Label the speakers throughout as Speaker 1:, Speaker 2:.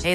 Speaker 1: Hey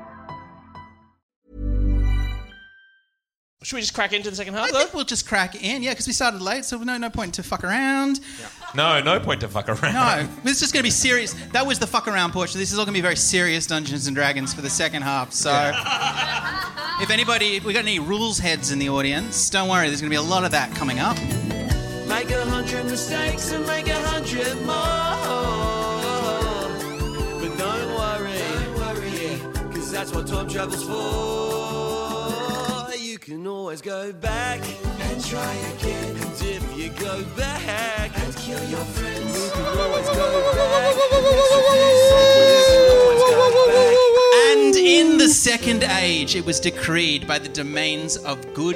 Speaker 2: Should we just crack into the second half
Speaker 3: I
Speaker 2: though?
Speaker 3: think we'll just crack in, yeah, because we started late, so no, no point to fuck around.
Speaker 4: No, no point to fuck around.
Speaker 3: No, this is going to be serious. That was the fuck around portion. This is all going to be very serious Dungeons and Dragons for the second half. So, if anybody, if we got any rules heads in the audience, don't worry. There's going to be a lot of that coming up.
Speaker 5: Make a hundred mistakes and make a hundred more. But don't worry, don't worry, cause that's what time travel's for. You can always go back and try again. And if you go back and kill your friends, you can always go back.
Speaker 3: And in the Second Age, it was decreed by the domains of good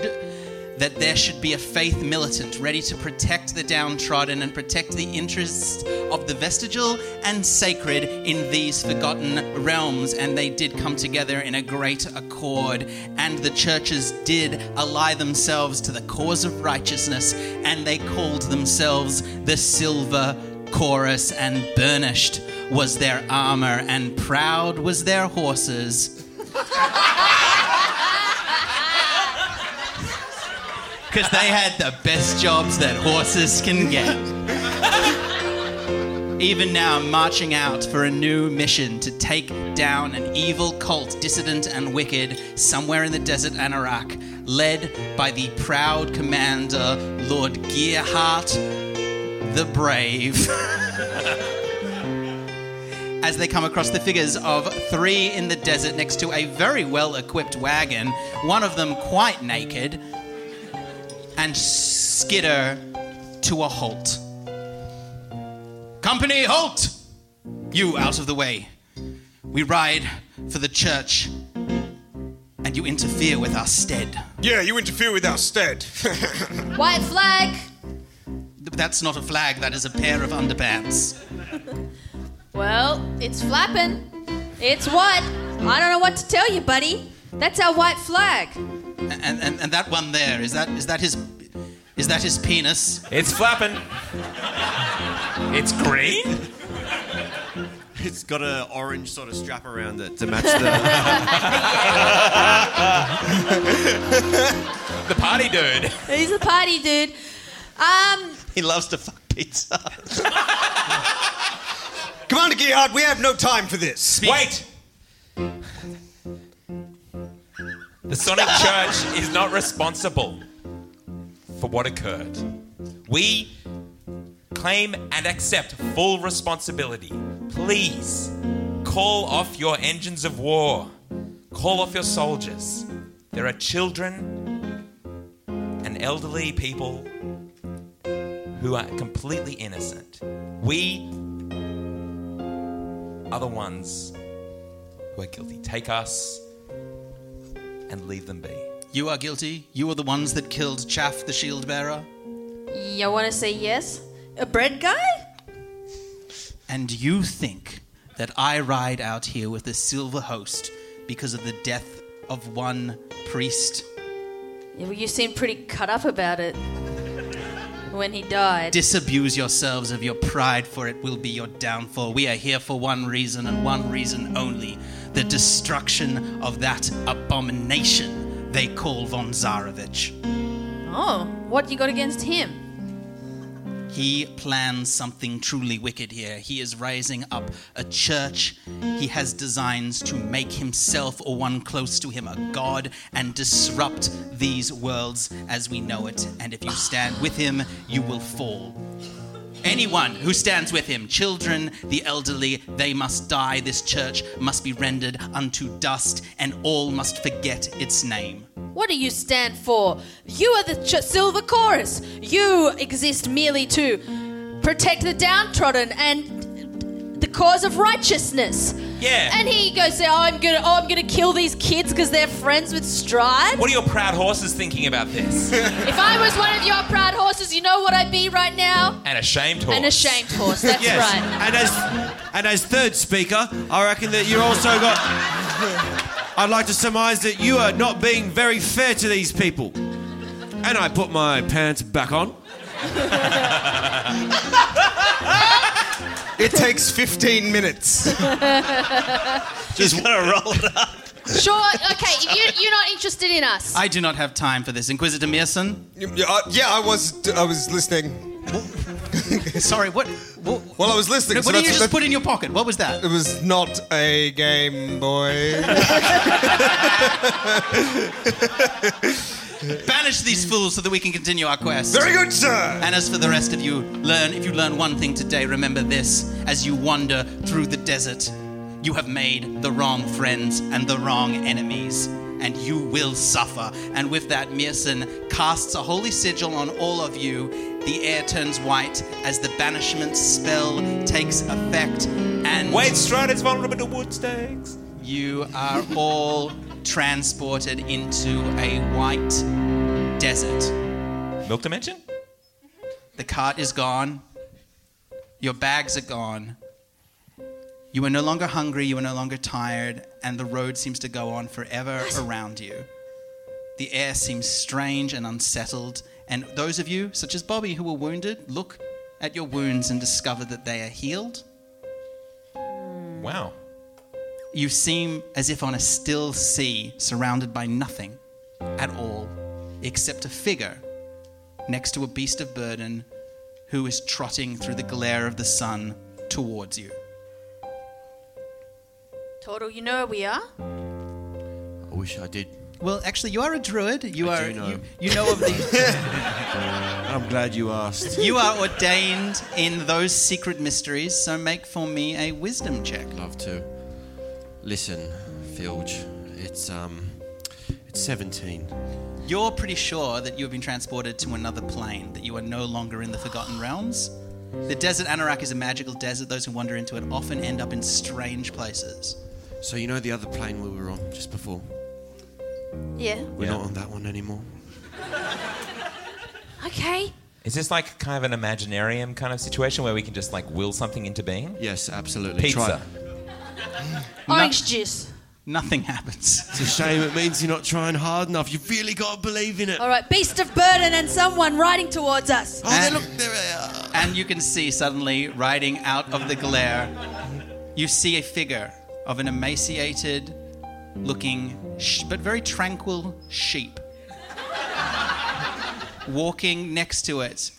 Speaker 3: that there should be a faith militant ready to protect the downtrodden and protect the interests of the vestigial and sacred in these forgotten realms. And they did come together in a great accord, and the churches did ally themselves to the cause of righteousness, and they called themselves the Silver chorus and burnished was their armor and proud was their horses because they had the best jobs that horses can get even now marching out for a new mission to take down an evil cult dissident and wicked somewhere in the desert anorak led by the proud commander lord gearhart the brave. As they come across the figures of three in the desert next to a very well equipped wagon, one of them quite naked, and skitter to a halt. Company, halt! You out of the way. We ride for the church, and you interfere with our stead.
Speaker 6: Yeah, you interfere with our stead.
Speaker 7: White flag.
Speaker 3: That's not a flag, that is a pair of underpants.
Speaker 7: Well, it's flapping. It's what? I don't know what to tell you, buddy. That's our white flag.
Speaker 3: And, and, and that one there is that is that his is that his penis?
Speaker 4: It's flapping. It's green.
Speaker 5: It's got an orange sort of strap around it to match the.
Speaker 4: The party dude.
Speaker 7: He's a party dude. Um,
Speaker 3: He loves to fuck pizza.
Speaker 6: Commander Gearhart, we have no time for this.
Speaker 4: Wait. The Sonic Church is not responsible for what occurred. We claim and accept full responsibility. Please call off your engines of war. Call off your soldiers. There are children and elderly people who are completely innocent. We are the ones who are guilty. Take us and leave them be.
Speaker 3: You are guilty. You are the ones that killed Chaff, the shield bearer,
Speaker 7: you want to say yes? A bread guy?
Speaker 3: and you think that I ride out here with a silver host because of the death of one priest.
Speaker 7: Yeah, well, you seem pretty cut up about it when he died.
Speaker 3: Disabuse yourselves of your pride, for it will be your downfall. We are here for one reason and one reason only the destruction of that abomination they call Von Zarevich.
Speaker 7: oh, what you got against him?
Speaker 3: He plans something truly wicked here. He is raising up a church. He has designs to make himself or one close to him a god and disrupt these worlds as we know it. And if you stand with him, you will fall. Anyone who stands with him, children, the elderly, they must die. This church must be rendered unto dust, and all must forget its name.
Speaker 7: What do you stand for? You are the ch- Silver Chorus. You exist merely to protect the downtrodden and the cause of righteousness.
Speaker 4: Yeah.
Speaker 7: And here you go say, "Oh, I'm gonna, oh, I'm gonna kill these kids because they're friends with Stride."
Speaker 4: What are your proud horses thinking about this?
Speaker 7: If I was one of your proud horses, you know what I'd be right now?
Speaker 4: An ashamed horse.
Speaker 7: An ashamed horse. That's
Speaker 8: Yes.
Speaker 7: right.
Speaker 8: And as and as third speaker, I reckon that you also got. I'd like to surmise that you are not being very fair to these people. And I put my pants back on.
Speaker 6: It takes 15 minutes.
Speaker 3: Just
Speaker 6: gonna roll
Speaker 7: Sure. Okay. If you, you're not interested in us.
Speaker 3: I do not have time for this. Inquisitor Mearson?
Speaker 6: uh, yeah, I was I was listening.
Speaker 3: Sorry, what? What,
Speaker 6: Well, I was listening. so
Speaker 3: what did you
Speaker 6: that's-
Speaker 3: just
Speaker 6: that-
Speaker 3: put in your pocket? What was that?
Speaker 6: It was not a Game Boy.
Speaker 3: Banish these fools so that we can continue our quest.
Speaker 6: Very good, sir.
Speaker 3: And as for the rest of you, learn if you learn one thing today, remember this as you wander through the desert, you have made the wrong friends and the wrong enemies, and you will suffer. And with that, Mearson casts a holy sigil on all of you. The air turns white as the banishment spell takes effect, and
Speaker 4: Wade Stride is vulnerable to wood stakes.
Speaker 3: you are all transported into a white desert.
Speaker 4: Milk Dimension?
Speaker 3: The cart is gone. Your bags are gone. You are no longer hungry, you are no longer tired, and the road seems to go on forever around you. The air seems strange and unsettled, and those of you, such as Bobby, who were wounded, look at your wounds and discover that they are healed.
Speaker 4: Wow.
Speaker 3: You seem as if on a still sea, surrounded by nothing at all, except a figure next to a beast of burden who is trotting through the glare of the sun towards you.
Speaker 7: Total, you know where we are?
Speaker 5: I wish I did.
Speaker 3: Well, actually, you are a druid. You
Speaker 5: I
Speaker 3: are
Speaker 5: do know.
Speaker 3: You, you know of the
Speaker 8: I'm glad you asked.
Speaker 3: you are ordained in those secret mysteries. So make for me a wisdom check.
Speaker 5: Love to. Listen, Filge. It's um, it's seventeen.
Speaker 3: You're pretty sure that you have been transported to another plane, that you are no longer in the Forgotten Realms. The desert Anorak is a magical desert. Those who wander into it often end up in strange places.
Speaker 5: So you know the other plane we were on just before.
Speaker 7: Yeah.
Speaker 5: We're not on that one anymore.
Speaker 7: Okay.
Speaker 4: Is this like kind of an imaginarium kind of situation where we can just like will something into being?
Speaker 5: Yes, absolutely.
Speaker 4: Pizza.
Speaker 7: Orange juice.
Speaker 3: Nothing happens.
Speaker 5: It's a shame. It means you're not trying hard enough. You've really got to believe in it.
Speaker 7: All right. Beast of burden and someone riding towards us.
Speaker 5: Oh, there, look, there they are.
Speaker 3: and you can see suddenly, riding out of the glare, you see a figure of an emaciated looking sh- but very tranquil sheep walking next to it.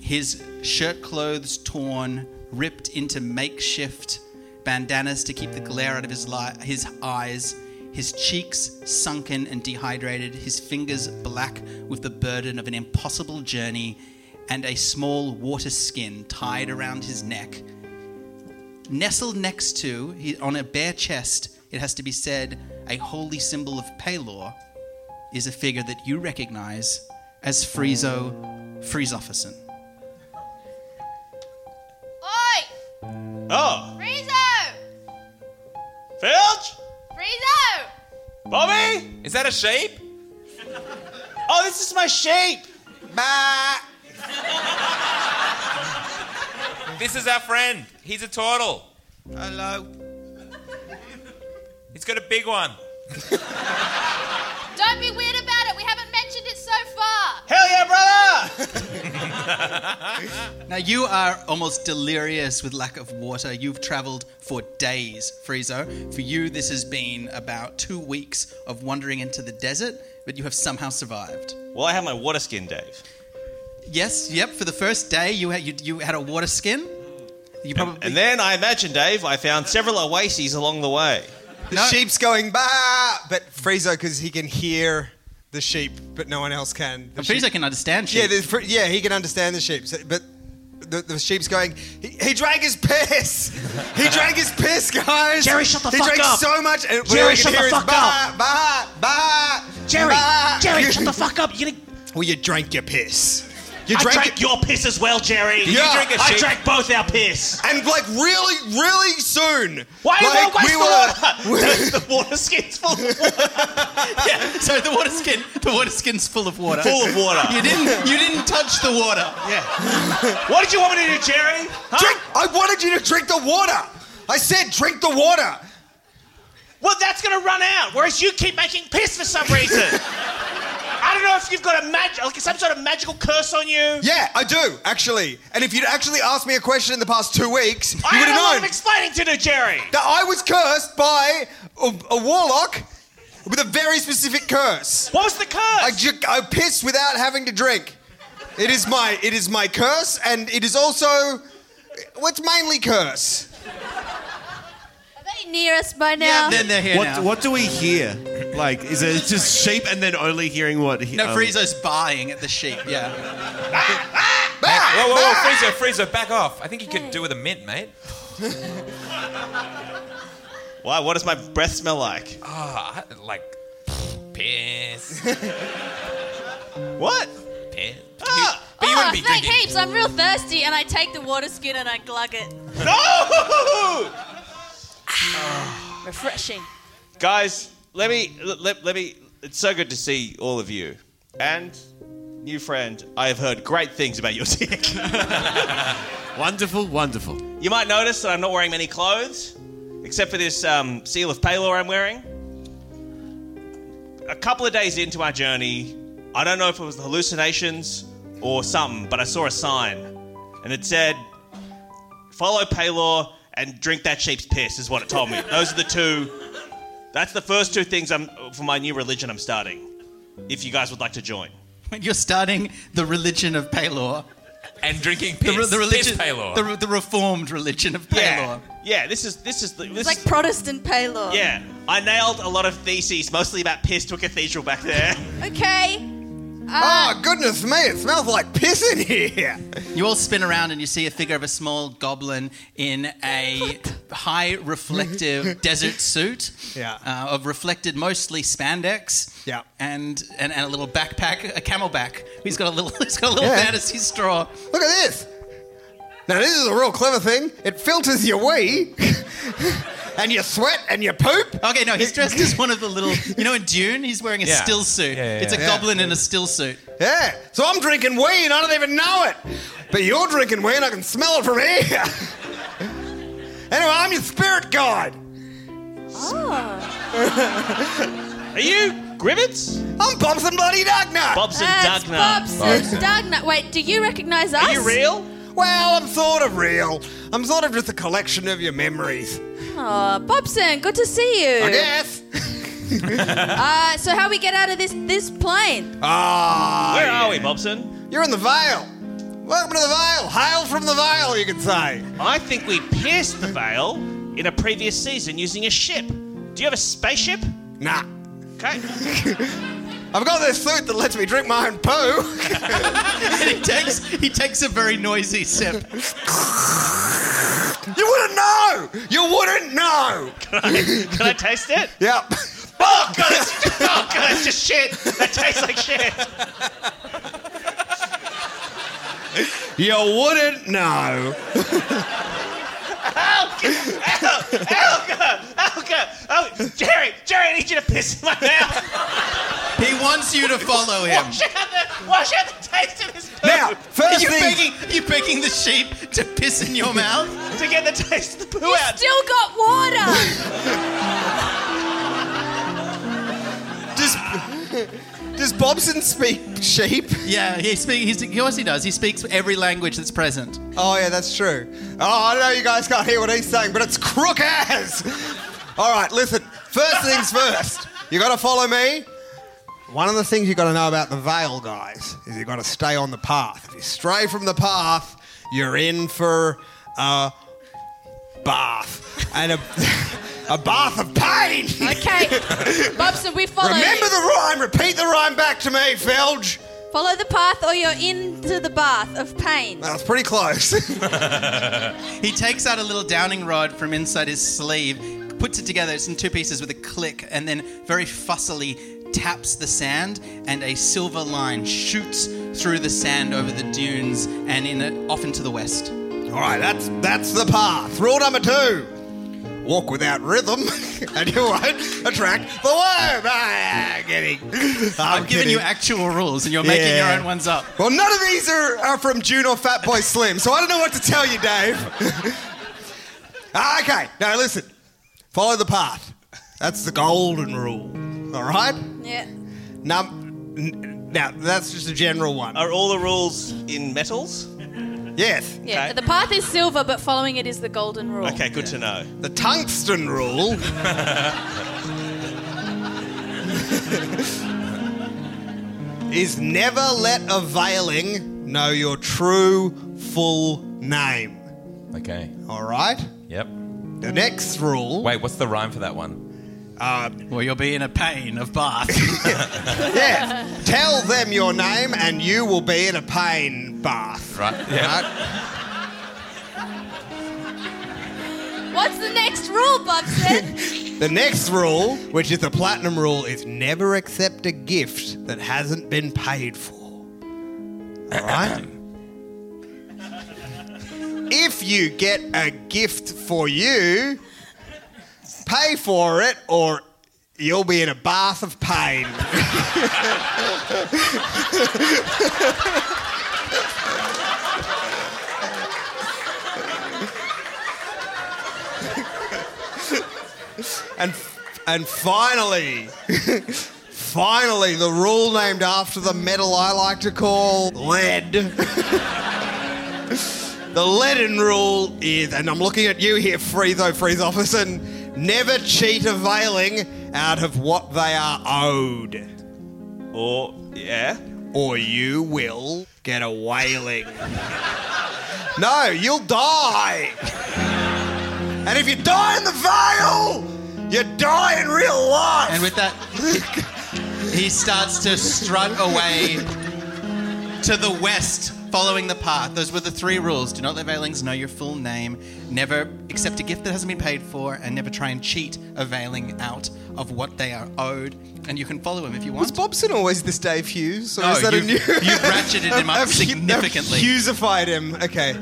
Speaker 3: His shirt clothes torn, ripped into makeshift bandanas to keep the glare out of his, li- his eyes, his cheeks sunken and dehydrated, his fingers black with the burden of an impossible journey, and a small water skin tied around his neck. Nestled next to, he- on a bare chest, it has to be said, a holy symbol of Palor, is a figure that you recognize as Friezo Friezofferson.
Speaker 7: Oi!
Speaker 2: Oh,
Speaker 7: Friezo!
Speaker 2: Filch,
Speaker 7: Friezo!
Speaker 2: Bobby.
Speaker 4: Is that a sheep?
Speaker 2: Oh, this is my sheep.
Speaker 4: This is our friend. He's a turtle.
Speaker 8: Hello.
Speaker 4: He's got a big one.
Speaker 7: Don't be weird about it. We haven't mentioned it so far.
Speaker 2: Hell yeah, brother!
Speaker 3: Now you are almost delirious with lack of water. You've traveled for days, Friezo. For you, this has been about two weeks of wandering into the desert, but you have somehow survived.
Speaker 2: Well, I have my water skin, Dave.
Speaker 3: Yes, yep. For the first day, you had you, you had a water skin. You probably
Speaker 2: And then I imagine, Dave, I found several oases along the way.
Speaker 6: The
Speaker 3: No.
Speaker 6: sheep's going bah, but Friezo because he can hear the sheep, but no one else can. The
Speaker 3: Friezo
Speaker 6: sheep-
Speaker 3: can understand. Sheep.
Speaker 6: Yeah, the, Fri- yeah, he can understand the sheep, so, but the, the sheep's going, he, he drank his piss. He drank his piss, guys.
Speaker 9: Jerry, shut the
Speaker 6: he
Speaker 9: fuck
Speaker 6: drank
Speaker 9: up.
Speaker 6: so much. And
Speaker 9: Jerry,
Speaker 6: we
Speaker 9: shut the
Speaker 6: hear is,
Speaker 9: fuck
Speaker 6: bah,
Speaker 9: up.
Speaker 6: Bah, bah,
Speaker 9: Jerry,
Speaker 6: bah."
Speaker 9: Jerry, shut the fuck up. You're gonna,
Speaker 6: Well, you drank your piss. You
Speaker 9: I
Speaker 6: drank,
Speaker 9: drank your piss as well, Jerry.
Speaker 6: you Yeah. drink a
Speaker 9: I
Speaker 6: shake?
Speaker 9: drank both our piss.
Speaker 6: And like really, really soon.
Speaker 9: Why
Speaker 6: like,
Speaker 9: like,
Speaker 6: we
Speaker 9: waste the water? the,
Speaker 6: were-
Speaker 9: the water skin's full of water.
Speaker 3: Yeah, so the water skin, the water skin's full of water.
Speaker 9: Full of water.
Speaker 3: You didn't, you didn't touch the water.
Speaker 9: What did you want me to do, Jerry? Huh?
Speaker 6: Drink, I wanted you to drink the water. I said, drink the water.
Speaker 9: Well, that's gonna run out. Whereas you keep making piss for some reason. I don't know if you've got a mag- like some sort of magical curse on you.
Speaker 6: Yeah, I do actually. And if you'd actually asked me a question in the past two weeks, you would
Speaker 9: I had a lot
Speaker 6: have
Speaker 9: of
Speaker 6: known
Speaker 9: explaining to do, Jerry.
Speaker 6: that I was cursed by a, a warlock with a very specific curse.
Speaker 9: What was the curse?
Speaker 6: I, ju- I piss without having to drink. It is my it is my curse, and it is also what's mainly curse.
Speaker 7: Are they near us by
Speaker 3: Yeah,
Speaker 7: now?
Speaker 3: then they're here
Speaker 8: What,
Speaker 3: now.
Speaker 8: what do we hear? Like, is it just sheep and then only hearing what? He,
Speaker 3: No,
Speaker 8: um,
Speaker 3: Friezo's buying at the sheep. Yeah.
Speaker 10: Ah,
Speaker 6: Bah,
Speaker 4: Whoa, whoa, whoa,
Speaker 6: bah.
Speaker 4: Friezo, Friezo, back off. I think you could do with a mint, mate.
Speaker 2: Why? What does my breath smell like?
Speaker 4: Ah, I- like, piss,
Speaker 2: What?
Speaker 4: piss.
Speaker 2: Ah.
Speaker 4: But you
Speaker 7: oh,
Speaker 4: wouldn't be
Speaker 7: thank
Speaker 4: drinking.
Speaker 7: heaps. I'm real thirsty, and I take the water skin and I glug it.
Speaker 2: No!
Speaker 7: Refreshing.
Speaker 2: Guys, let me let, let me. It's so good to see all of you, and new friend. I have heard great things about your dick.
Speaker 8: Wonderful, wonderful.
Speaker 2: you might notice that I'm not wearing many clothes, except for this um, seal of Palor I'm wearing. A couple of days into our journey, I don't know if it was hallucinations or something, but I saw a sign, and it said, "Follow Palor and drink that sheep's piss," is what it told me. Those are the two. That's the first two things I'm for my new religion I'm starting. If you guys would like to join.
Speaker 3: You're starting the religion of Palor.
Speaker 4: And drinking
Speaker 3: The,
Speaker 4: piss.
Speaker 3: re- the religion,
Speaker 4: Piss Paylor.
Speaker 3: The, re- the reformed religion of Palor.
Speaker 2: Yeah, yeah. This is this is the, this
Speaker 7: It's
Speaker 2: is,
Speaker 7: like Protestant Paylor.
Speaker 2: Yeah, I nailed a lot of theses, mostly about piss to a cathedral back there.
Speaker 7: Okay.
Speaker 6: Ah, goodness me, it smells like piss in here.
Speaker 3: You all spin around and you see a figure of a small goblin in a high reflective desert suit
Speaker 6: Yeah.
Speaker 3: uh, of reflected mostly spandex
Speaker 6: Yeah.
Speaker 3: and, and and a little backpack, a camelback. He's got a little he's got a little
Speaker 6: Yeah.
Speaker 3: fantasy straw.
Speaker 6: Look at this. Now this is a real clever thing. It filters your wee, and your sweat, and your poop.
Speaker 3: Okay, no, he's dressed as one of the little you know in Dune, he's wearing a
Speaker 4: Yeah.
Speaker 3: still suit.
Speaker 4: Yeah, yeah,
Speaker 3: it's a
Speaker 6: yeah.
Speaker 3: goblin in a still suit.
Speaker 6: Yeah. So I'm drinking wee, and I don't even know it. But you're drinking wee, and I can smell it from here. anyway, I'm your spirit guide.
Speaker 7: Oh.
Speaker 2: Are you Grivets?
Speaker 6: I'm Bobson Bloody Dugner.
Speaker 2: Bobson
Speaker 7: That's
Speaker 2: Dugner.
Speaker 7: Bob's and Dugner. Wait, do you recognize us?
Speaker 2: Are you real?
Speaker 6: Well, I'm sort of real. I'm sort of just a collection of your memories.
Speaker 7: Oh, Bobson, good to see you.
Speaker 6: I guess.
Speaker 7: Uh, so how we get out of this this plane?
Speaker 6: Ah.
Speaker 2: Where are we, Bobson?
Speaker 6: You're in the Vale. Welcome to the Vale. Hail from the Vale, you could say.
Speaker 2: I think we pierced the veil in a previous season using a ship. Do you have a spaceship?
Speaker 6: Nah.
Speaker 2: Okay.
Speaker 6: I've got this suit that lets me drink my own poo.
Speaker 3: And he takes he takes a very noisy sip.
Speaker 6: You wouldn't know. You wouldn't know.
Speaker 2: Can I taste it?
Speaker 6: Yep.
Speaker 2: Oh god, it's, oh god, it's just shit. That tastes like shit.
Speaker 6: You wouldn't know.
Speaker 2: Oh god, oh god, oh Jerry, Jerry, I need you to piss in my mouth.
Speaker 3: He wants you to follow him.
Speaker 2: Wash out the, wash out the taste of this poo
Speaker 6: Now,
Speaker 3: Are
Speaker 6: first
Speaker 3: you
Speaker 6: thing.
Speaker 3: begging, are you begging the sheep to piss in your mouth?
Speaker 2: to get the taste of the poo
Speaker 7: You
Speaker 2: out.
Speaker 7: still got water.
Speaker 6: Does, does Bobson speak sheep?
Speaker 3: Yeah, he speaks. He's, of course he does. He speaks every language that's present.
Speaker 6: Oh, yeah, that's true. Oh, I know you guys can't hear what he's saying, but it's crook ass. All right, listen. First things first. You got to follow me. One of the things you got to know about the veil, guys, is you got to stay on the path. If you stray from the path, you're in for a bath. And a, a bath of pain.
Speaker 7: okay. Bobson, we follow.
Speaker 6: Remember the rhyme. Repeat the rhyme back to me, Felge.
Speaker 7: Follow the path or you're into the bath of pain.
Speaker 6: That was pretty close.
Speaker 3: He takes out a little downing rod from inside his sleeve, puts it together, it's in two pieces with a click, and then very fussily taps the sand, and a silver line shoots through the sand over the dunes and in a, off into the west.
Speaker 6: All right, that's that's the path. Rule number two: walk without rhythm, and you won't attract the worm. Ah, I'm kidding. I'm,
Speaker 3: I've given
Speaker 6: kidding.
Speaker 3: you actual rules, and you're making
Speaker 6: Yeah.
Speaker 3: your own ones up.
Speaker 6: Well, none of these are, are from June or Fat Boy Slim, so I don't know what to tell you, Dave. Ah, okay, now listen. Follow the path. That's the golden rule. All right.
Speaker 7: Yeah.
Speaker 6: Num- n- now that's just a general one.
Speaker 2: Are all the rules in metals?
Speaker 6: Yes.
Speaker 7: Yeah.
Speaker 2: Okay.
Speaker 7: The path is silver, but following it is the golden rule.
Speaker 2: Okay, good to know.
Speaker 6: The tungsten rule. is never let a veiling know your true full name.
Speaker 4: Okay.
Speaker 6: All right?
Speaker 4: Yep.
Speaker 6: The next rule.
Speaker 4: Wait, what's the rhyme for that one?
Speaker 10: Um,
Speaker 3: Or you'll be in a pain of bath.
Speaker 6: Yeah. Tell them your name and you will be in a pain bath.
Speaker 4: Right. Yeah.
Speaker 6: Right?
Speaker 7: What's the next rule, Bobson?
Speaker 6: The next rule, which is the platinum rule, is never accept a gift that hasn't been paid for. All right? if you get a gift for you, pay for it or you'll be in a bath of pain. And and finally, finally, the rule named after the metal I like to call lead. the leaden rule is, and I'm looking at you here, Friezo Freeze Officerson, never cheat a veiling out of what they are owed,
Speaker 2: Or, yeah.
Speaker 6: or you will get a wailing. no, you'll die. and if you die in the veil, you die in real life.
Speaker 3: and with that, he starts to strut away to the west, following the path. Those were the three rules do not let veilings know your full name, never accept a gift that hasn't been paid for, and never try and cheat a veiling out of what they are owed. And you can follow him if you
Speaker 6: Was
Speaker 3: want.
Speaker 6: Bobson always this Dave Hughes? Or
Speaker 3: No,
Speaker 6: is that a
Speaker 3: you've-
Speaker 6: new...
Speaker 3: you've ratcheted him up
Speaker 6: I've- I've
Speaker 3: significantly.
Speaker 6: Hughesified him. Okay.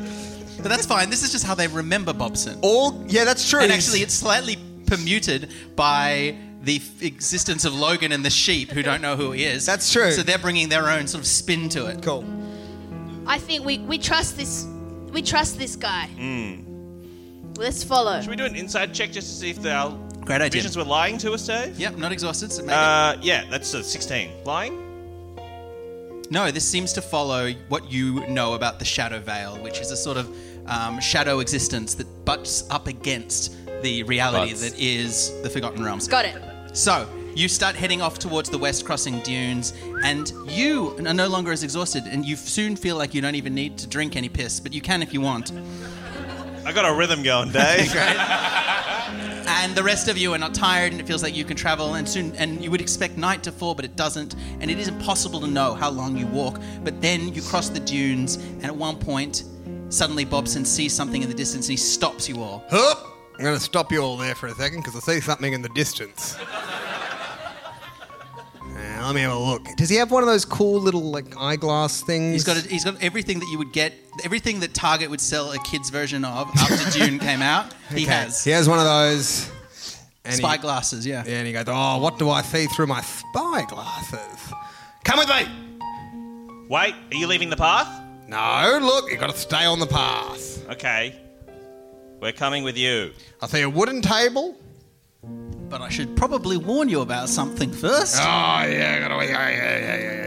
Speaker 3: But that's fine. This is just how they remember Bobson.
Speaker 6: All yeah, that's true.
Speaker 3: And actually, it's slightly permuted by the f- existence of Logan and the sheep, who don't know who he is.
Speaker 6: That's true.
Speaker 3: So they're bringing their own sort of spin to it.
Speaker 6: cool.
Speaker 7: I think we, we trust this we trust this guy. Let's follow.
Speaker 2: Should we do an inside check just to see if the- our
Speaker 3: Great idea.
Speaker 2: visions were lying to us, Dave?
Speaker 3: Yep, not exhausted. So maybe.
Speaker 2: Uh, yeah, that's a 16. Lying?
Speaker 3: no, this seems to follow what you know about the Shadow Veil, which is a sort of um, shadow existence that butts up against the reality
Speaker 4: Butts.
Speaker 3: that is the Forgotten Realms.
Speaker 7: Got it.
Speaker 3: So you start heading off towards the west, crossing dunes, and you are no longer as exhausted, and you soon feel like you don't even need to drink any piss, but you can if you want.
Speaker 2: I got a rhythm going, Dave.
Speaker 3: and the rest of you are not tired and it feels like you can travel and soon and you would expect night to fall but it doesn't and it is impossible to know how long you walk but then you cross the dunes and at one point suddenly bobson sees something in the distance and he stops you all
Speaker 6: Hup. I'm going to stop you all there for a second because I see something in the distance. Now, let me have a look. Does he have one of those cool little like eyeglass things?
Speaker 3: he's got a, he's got everything that you would get everything that target would sell a kid's version of after dune came out he has
Speaker 6: He has one of those. And
Speaker 3: spy
Speaker 6: he-
Speaker 3: glasses yeah
Speaker 6: Yeah, and he goes, "Oh, what do I see through my spy glasses?" Come with me.
Speaker 2: Wait, are you leaving the path?
Speaker 6: No, look, you got to stay on the path.
Speaker 2: Okay. We're coming with you.
Speaker 6: I see a wooden table.
Speaker 3: but i should probably warn you about something first
Speaker 6: Oh yeah, gotta, yeah, yeah, yeah,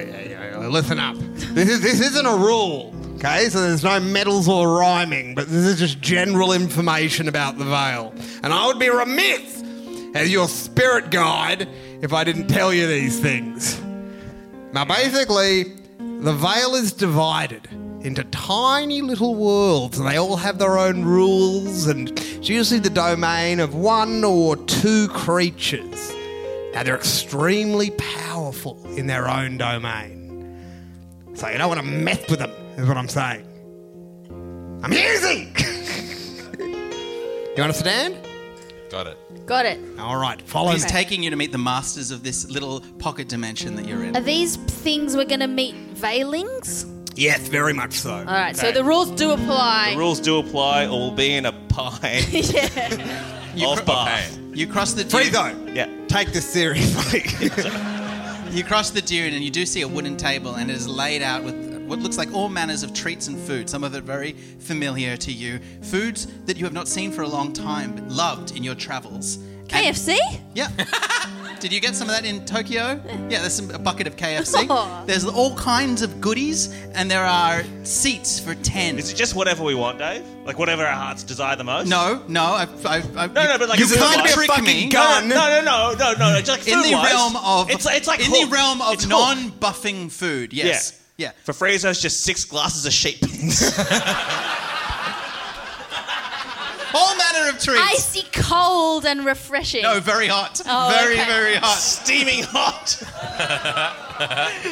Speaker 6: yeah, yeah, yeah, yeah. Listen up. This is this isn't a rule, okay? So there's no medals or rhyming, but this is just general information about the veil. And I would be remiss as your spirit guide if I didn't tell you these things. Now, basically, the veil is divided into tiny little worlds, and they all have their own rules, and it's usually the domain of one or two creatures. Now, they're extremely powerful in their own domain. So you don't want to mess with them, is what I'm saying. I'm easy! you understand?
Speaker 4: Got it.
Speaker 7: Got it.
Speaker 6: All right, follow
Speaker 3: He's
Speaker 6: me.
Speaker 3: taking you to meet the masters of this little pocket dimension that you're in.
Speaker 7: Are these things we're going to meet veilings?
Speaker 6: Yes, very much so.
Speaker 7: All right, so the rules do apply.
Speaker 2: The rules do apply, or we'll be in a pie
Speaker 7: yeah.
Speaker 2: of bar.
Speaker 3: You cross the
Speaker 6: Free
Speaker 3: dune,
Speaker 6: though.
Speaker 2: Yeah.
Speaker 6: Take this seriously.
Speaker 3: you cross the dune, and you do see a wooden table, and it is laid out with what looks like all manners of treats and food. Some of it very familiar to you, foods that you have not seen for a long time, but loved in your travels. And-
Speaker 7: KFC?
Speaker 3: Yeah. Did you get some of that in Tokyo? Yeah, there's some, a bucket of
Speaker 7: Aw.
Speaker 3: KFC. There's all kinds of goodies, and there are seats for ten.
Speaker 2: Is it just whatever we want, Dave? Like whatever our hearts desire the most?
Speaker 3: No, no, I've, I've, I've
Speaker 2: No, no, but like
Speaker 3: you
Speaker 2: it's
Speaker 3: can't
Speaker 2: like-
Speaker 3: trick
Speaker 6: fucking
Speaker 3: me.
Speaker 6: gun.
Speaker 2: No, no, no, no, no, no. no, It's like
Speaker 3: In the
Speaker 2: food-wise,
Speaker 3: realm of
Speaker 2: it's like, it's like
Speaker 3: in
Speaker 2: Hook.
Speaker 3: the realm of
Speaker 2: It's Hook.
Speaker 3: non-buffing food. Yes. Yeah.
Speaker 2: For Fraser, it's just six glasses of sheep beans.
Speaker 3: All manner of treats.
Speaker 7: Icy cold and refreshing.
Speaker 3: No, very hot.
Speaker 7: Oh,
Speaker 3: very,
Speaker 7: okay.
Speaker 3: very hot.
Speaker 2: Steaming hot.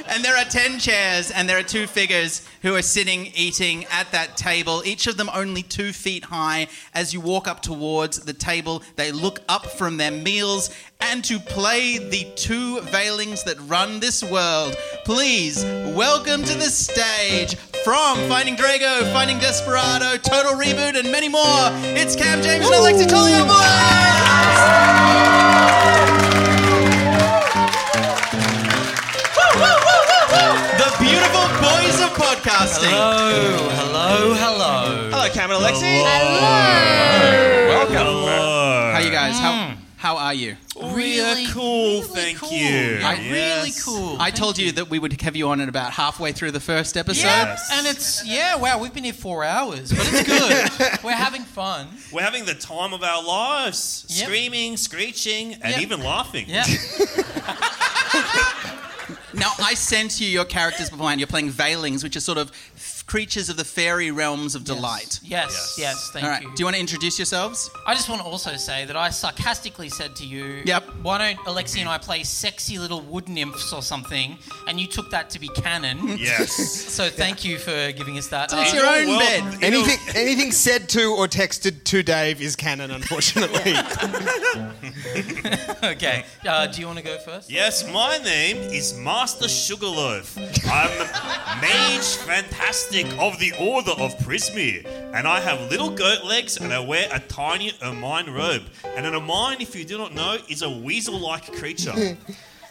Speaker 3: And there are 10 chairs, and there are two figures who are sitting, eating at that table, each of them only two feet high. As you walk up towards the table, they look up from their meals. And to play the two veilings that run this world, please welcome to the stage from Finding Drago, Finding Desperado, Total Reboot, and many more. It's Cam James and Alexi Collyer. boys! Woo, woo, woo, woo, woo! The beautiful boys of podcasting.
Speaker 11: Hello, hello, hello.
Speaker 2: Hello, Cameron Alexi.
Speaker 7: Hello.
Speaker 4: Welcome.
Speaker 3: How you guys?
Speaker 10: Mm.
Speaker 3: How how are you?
Speaker 11: Really cool, thank you.
Speaker 3: I-
Speaker 11: Really cool.
Speaker 3: I told you that we would have you on at about halfway through the first episode.
Speaker 11: yeah, and it's yeah. Wow, we've been here four hours, but it's good. We're having fun.
Speaker 10: We're having the time of our lives,
Speaker 11: Yep.
Speaker 10: screaming, screeching, and
Speaker 11: Yep.
Speaker 10: even laughing.
Speaker 11: Yeah.
Speaker 3: Now I sent you your characters beforehand. You're playing Veilings, which are sort of f- creatures of the fairy realms of delight.
Speaker 11: Yes, yes. thank
Speaker 3: All right.
Speaker 11: you.
Speaker 3: Do you want to introduce yourselves?
Speaker 11: I just want to also say that I sarcastically said to you,
Speaker 3: Yep.
Speaker 11: why don't Alexi and I play sexy little wood nymphs or something? And you took that to be canon.
Speaker 10: Yes.
Speaker 11: So thank you for giving us that.
Speaker 3: It's
Speaker 11: Uh,
Speaker 3: your own
Speaker 10: well,
Speaker 3: bed.
Speaker 10: you know,
Speaker 6: anything, anything said to or texted to Dave is canon, unfortunately.
Speaker 11: okay. Uh, do you want to go first?
Speaker 10: Yes, my name is Master Sugarloaf. I'm Mage Fantastic of the Order of Prismir, and I have little goat legs and I wear a tiny ermine robe. And an ermine, if you do not know, is a weasel-like creature.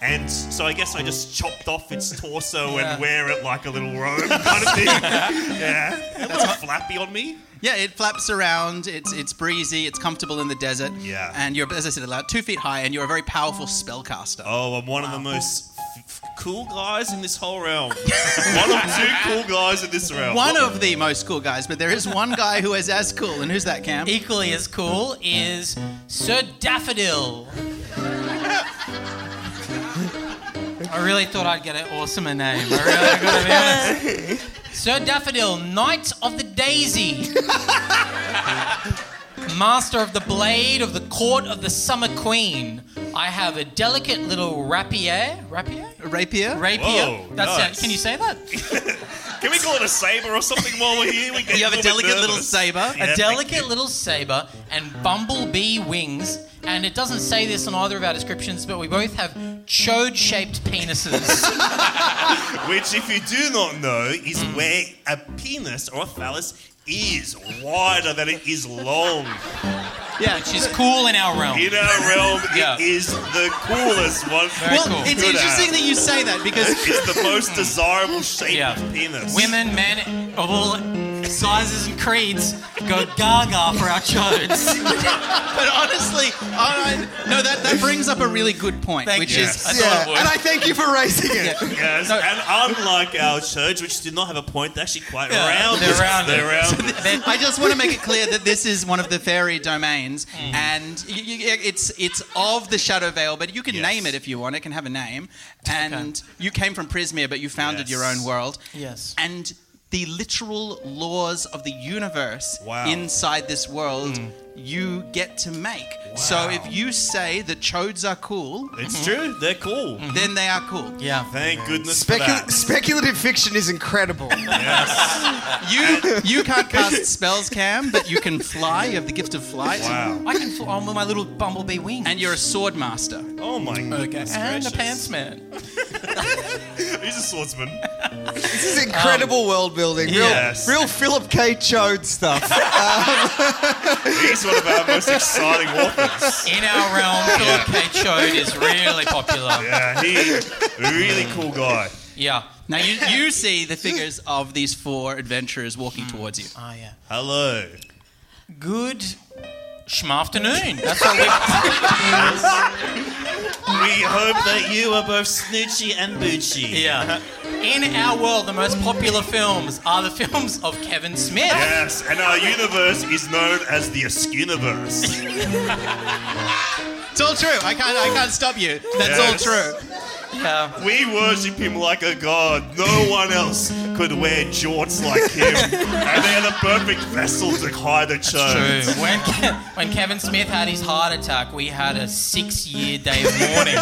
Speaker 10: And so I guess I just chopped off its torso
Speaker 11: Yeah.
Speaker 10: and wear it like a little robe kind of thing. yeah. A little flappy on me.
Speaker 3: Yeah, it flaps around. It's it's breezy. It's comfortable in the desert.
Speaker 10: Yeah.
Speaker 3: And you're, as I said, about two feet high, and you're a very powerful spellcaster.
Speaker 10: Oh, I'm one of the most f- f- cool guys in this whole realm. one of two cool guys in this realm.
Speaker 3: One of the most cool guys, but there is one guy who is as cool, and who's that, Cam?
Speaker 11: Equally as cool is Sir Daffodil. I really thought I'd get an awesomer name. I really gotta be honest. Sir Daffodil, Knight of the Daisy. Master of the Blade of the Court of the Summer Queen. I have a delicate little rapier. Rapier?
Speaker 3: Rapier.
Speaker 11: Rapier.
Speaker 10: Whoa,
Speaker 11: That's
Speaker 10: nice.
Speaker 11: it. Can you say that?
Speaker 10: Can we call it a saber or something while we're here? We get
Speaker 3: you have a
Speaker 10: little bit
Speaker 3: delicate little
Speaker 10: nervous.
Speaker 3: saber.
Speaker 10: Yeah,
Speaker 11: a
Speaker 10: thank
Speaker 11: delicate
Speaker 10: you.
Speaker 11: little saber and bumblebee wings. And it doesn't say this on either of our descriptions, but we both have chode-shaped penises.
Speaker 10: Which, if you do not know, is
Speaker 11: Mm.
Speaker 10: where a penis or a phallus is wider than it is long.
Speaker 11: yeah, which is cool in our realm.
Speaker 10: In our realm,
Speaker 11: Yeah.
Speaker 10: it is the coolest one.
Speaker 11: Well, cool. Mm.
Speaker 3: It's
Speaker 10: Good
Speaker 3: interesting
Speaker 10: at.
Speaker 3: that you say that because
Speaker 10: It's the most desirable shape
Speaker 11: Yeah.
Speaker 10: of penis.
Speaker 11: Women, men of all sizes and creeds go gaga for our chodes.
Speaker 3: But honestly, I, I- no, that, that brings up a really good point,
Speaker 11: Thank
Speaker 3: which
Speaker 11: you.
Speaker 3: is
Speaker 11: I
Speaker 6: yeah,
Speaker 11: thought it would.
Speaker 6: and I thank you for raising it.
Speaker 10: Yes, and unlike our church, which did not have a point, they're actually quite
Speaker 11: Yeah,
Speaker 10: round.
Speaker 11: they're round.
Speaker 10: They're round.
Speaker 3: I just want to make it clear that this is one of the fairy domains,
Speaker 10: Hmm.
Speaker 3: and y y it's it's of the Shadow Vale, but you can
Speaker 10: Yes.
Speaker 3: name it if you want. It can have a name. And you came from Prismia, but you founded your
Speaker 10: Yes.
Speaker 3: own world.
Speaker 11: Yes.
Speaker 3: And the literal laws of the universe inside this world
Speaker 10: Hmm.
Speaker 3: you get to make. So if you say the chodes are cool,
Speaker 10: it's true, they're cool.
Speaker 3: Then they are cool.
Speaker 11: Yeah.
Speaker 10: Thank goodness for
Speaker 6: Specu-
Speaker 10: that.
Speaker 6: speculative fiction is incredible.
Speaker 3: You you can't cast spells, Cam, but you can fly. You have the gift of flight.
Speaker 10: Wow.
Speaker 11: I can fly
Speaker 3: um,
Speaker 11: on with my little bumblebee wings.
Speaker 3: And you're a sword master.
Speaker 10: Oh my
Speaker 11: Okay.
Speaker 10: goodness
Speaker 11: And a pants
Speaker 10: gracious.
Speaker 11: man.
Speaker 10: He's a swordsman.
Speaker 6: This is incredible world building. Real,
Speaker 10: Um, Yes.
Speaker 6: real Philip K. Chode stuff. Um,
Speaker 10: He's one of our most exciting authors.
Speaker 11: In our realm, Philip K. Chode is really popular.
Speaker 10: Yeah, he really cool guy.
Speaker 11: Yeah.
Speaker 3: Now you you see the figures of these four adventurers walking towards you.
Speaker 11: Oh, yeah.
Speaker 10: Hello.
Speaker 11: Good schmafternoon. That's what we...
Speaker 10: We hope that you are both snoochie and boochy.
Speaker 11: Yeah. In our world, the most popular films are the films of Kevin Smith.
Speaker 10: Yes, and our universe is known as the Askuniverse.
Speaker 3: It's all true. I can't I can't stop you. That's
Speaker 10: Yes.
Speaker 3: all true.
Speaker 11: Yeah.
Speaker 10: We worship him like a god. No one else could wear jorts like him. and they are the perfect vessel to hide a church.
Speaker 11: True. When, Ke- when Kevin Smith had his heart attack, we had a six-year day of mourning.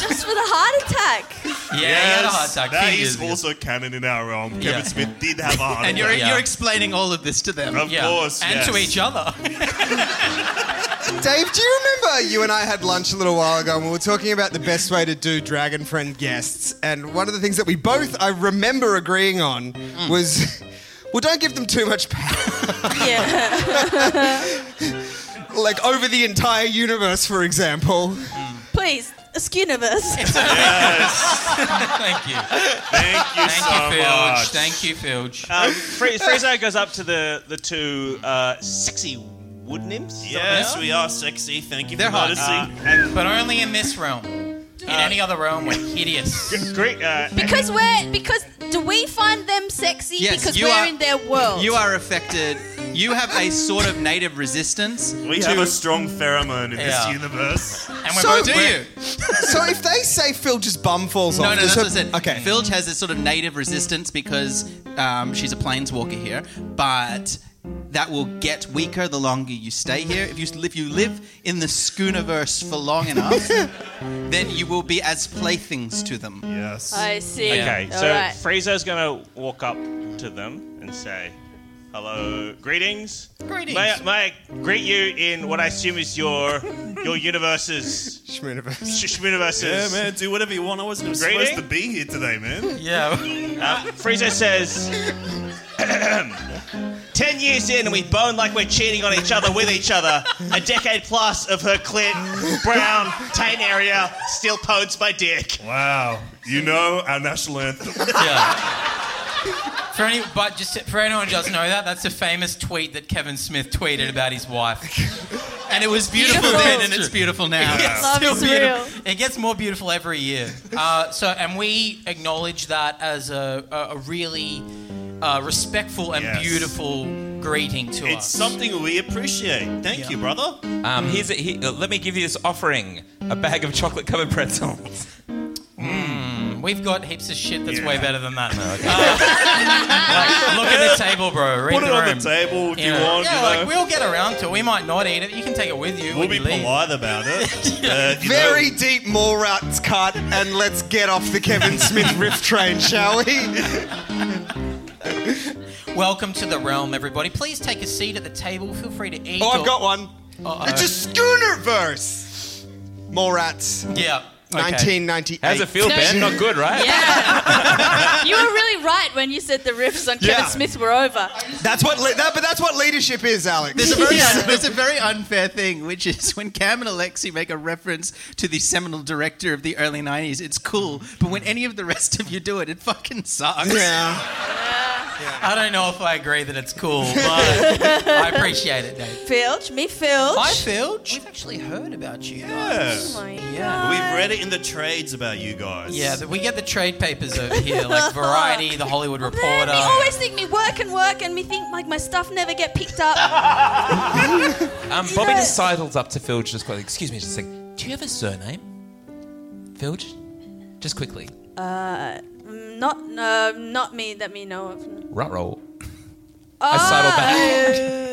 Speaker 7: Just for the heart attack.
Speaker 11: Yeah, he had a heart attack.
Speaker 10: that
Speaker 11: few years
Speaker 10: is
Speaker 11: ago.
Speaker 10: also canon in our realm. Kevin
Speaker 11: Yeah.
Speaker 10: Smith did have a heart
Speaker 3: And you're
Speaker 10: attack.
Speaker 11: Yeah.
Speaker 3: you're explaining all of this to them.
Speaker 10: Of
Speaker 11: Yeah.
Speaker 10: course,
Speaker 11: and
Speaker 10: yes.
Speaker 11: to each other.
Speaker 6: Dave, do you remember you and I had lunch a little while ago and we were talking about the best way to do Dragon Friend guests? And one of the things that we both, I remember agreeing on, was well, don't give them too much power.
Speaker 7: Yeah.
Speaker 6: like over the entire universe, for example.
Speaker 4: Mm.
Speaker 7: Please, Askewniverse.
Speaker 11: Thank you.
Speaker 10: Thank you
Speaker 11: Thank
Speaker 10: so
Speaker 11: you, Filch.
Speaker 10: much.
Speaker 11: Thank you, Filch.
Speaker 2: Um, Fri- Friezo goes up to the the two uh, sexy wood nymphs. Is that what they
Speaker 10: Yes,
Speaker 2: are?
Speaker 10: we are sexy. Thank you
Speaker 3: They're
Speaker 10: for
Speaker 3: hot. Uh,
Speaker 10: noticing.
Speaker 11: But only in this realm. In any other realm, we're hideous.
Speaker 2: Great. Uh,
Speaker 7: Because we're because do we find them sexy
Speaker 3: Yes,
Speaker 7: because
Speaker 3: you
Speaker 7: we're
Speaker 3: are-
Speaker 7: in their world?
Speaker 3: You are affected. You have a sort of native resistance.
Speaker 10: we have a strong pheromone in
Speaker 11: Yeah.
Speaker 10: this universe.
Speaker 11: And we're
Speaker 6: So
Speaker 11: both
Speaker 6: do
Speaker 11: we're-
Speaker 3: you?
Speaker 6: so if they say Phil just bum falls
Speaker 3: No,
Speaker 6: off,
Speaker 3: no,
Speaker 6: just
Speaker 3: that's what I
Speaker 6: hope-
Speaker 3: said.
Speaker 6: Okay.
Speaker 3: Filge has this sort of native resistance because um, she's a planeswalker here, but that will get weaker the longer you stay here. If you if you live in the Schoonerverse for long enough, then you will be as playthings to them.
Speaker 10: Yes.
Speaker 7: I see.
Speaker 2: okay,
Speaker 7: All
Speaker 2: so
Speaker 7: right.
Speaker 2: Friezo's gonna walk up to them and say, "Hello, greetings.
Speaker 11: Greetings.
Speaker 2: May, I- may I greet you in what I assume is your your universes,
Speaker 6: Schmooniverse.
Speaker 2: sh- universes."
Speaker 10: Yeah, man, do whatever you want. I wasn't even supposed
Speaker 2: Grading?
Speaker 10: to be here today, man.
Speaker 11: Yeah.
Speaker 2: Uh, Friezo says, Ten years in and we bone like we're cheating on each other with each other. A decade plus of her clit, brown, taint area, still pones my dick.
Speaker 10: Wow. You know our national anthem.
Speaker 11: yeah. For any, but just for anyone who doesn't know that, that's a famous tweet that Kevin Smith tweeted about his wife.
Speaker 3: And it was beautiful
Speaker 7: Beautiful.
Speaker 3: then, and it's beautiful now.
Speaker 7: Love is real.
Speaker 11: beautiful. It gets more beautiful every year. Uh, so, and we acknowledge that as a, a, a really uh, respectful and
Speaker 10: Yes.
Speaker 11: beautiful greeting to
Speaker 10: It's
Speaker 11: us.
Speaker 10: something we appreciate. Thank you, brother.
Speaker 4: Um, here's a, he, let me give you this offering: a bag of chocolate-covered pretzels.
Speaker 11: Mm, We've got heaps of shit that's
Speaker 10: Yeah.
Speaker 11: way better than
Speaker 4: Oh,
Speaker 11: that. Uh, like, look at the table, bro. Read
Speaker 10: Put it
Speaker 11: the
Speaker 10: on
Speaker 11: room.
Speaker 10: the table if
Speaker 11: Yeah,
Speaker 10: you want.
Speaker 11: yeah
Speaker 10: you
Speaker 11: like
Speaker 10: know.
Speaker 11: we'll get around to it. We might not eat it. You can take it with you.
Speaker 10: we'll,
Speaker 11: when
Speaker 10: be
Speaker 11: you leave.
Speaker 10: polite about it. but, you know,
Speaker 6: Very deep Mallrats cut, and let's get off the Kevin Smith riff train, shall we?
Speaker 11: Welcome to the realm, everybody. Please take a seat at the table. Feel free to eat.
Speaker 6: Oh,
Speaker 11: or-
Speaker 6: I've got one. It's a Schoonerverse. Mallrats,
Speaker 11: Yeah. okay.
Speaker 6: 1998.
Speaker 4: How's it feel,
Speaker 7: No,
Speaker 4: Ben?
Speaker 7: you-
Speaker 4: Not good, right?
Speaker 7: Yeah. you were really right when you said the riffs on Kevin
Speaker 6: Yeah.
Speaker 7: Smith were over.
Speaker 6: That's what le- that, but that's what leadership is, Alex.
Speaker 3: There's a very
Speaker 7: Yeah.
Speaker 3: there's a very unfair thing, which is when Cam and Alexi make a reference to the seminal director of the early '90s. It's cool, but when any of the rest of you do it, it fucking sucks.
Speaker 6: yeah.
Speaker 11: I don't know if I agree that it's cool, but I appreciate it, Dave.
Speaker 7: Filch, me Filch.
Speaker 11: Hi, Filch. We've actually heard about you
Speaker 10: yes.
Speaker 7: Oh my
Speaker 11: Yeah.
Speaker 10: We've read it in the trades about you guys.
Speaker 11: Yeah, that we get the trade papers over here, like Variety, The Hollywood
Speaker 7: Man,
Speaker 11: Reporter.
Speaker 7: me always think me work and work and me think like my stuff never get picked up.
Speaker 4: Um, Bobby
Speaker 7: Yeah.
Speaker 4: just sidles up to Phil just quickly. Excuse me, just a second. Do you have a surname? Phil? Just quickly.
Speaker 7: Not, uh, not me that we know of.
Speaker 4: Rut roll.
Speaker 7: I
Speaker 4: sidle back.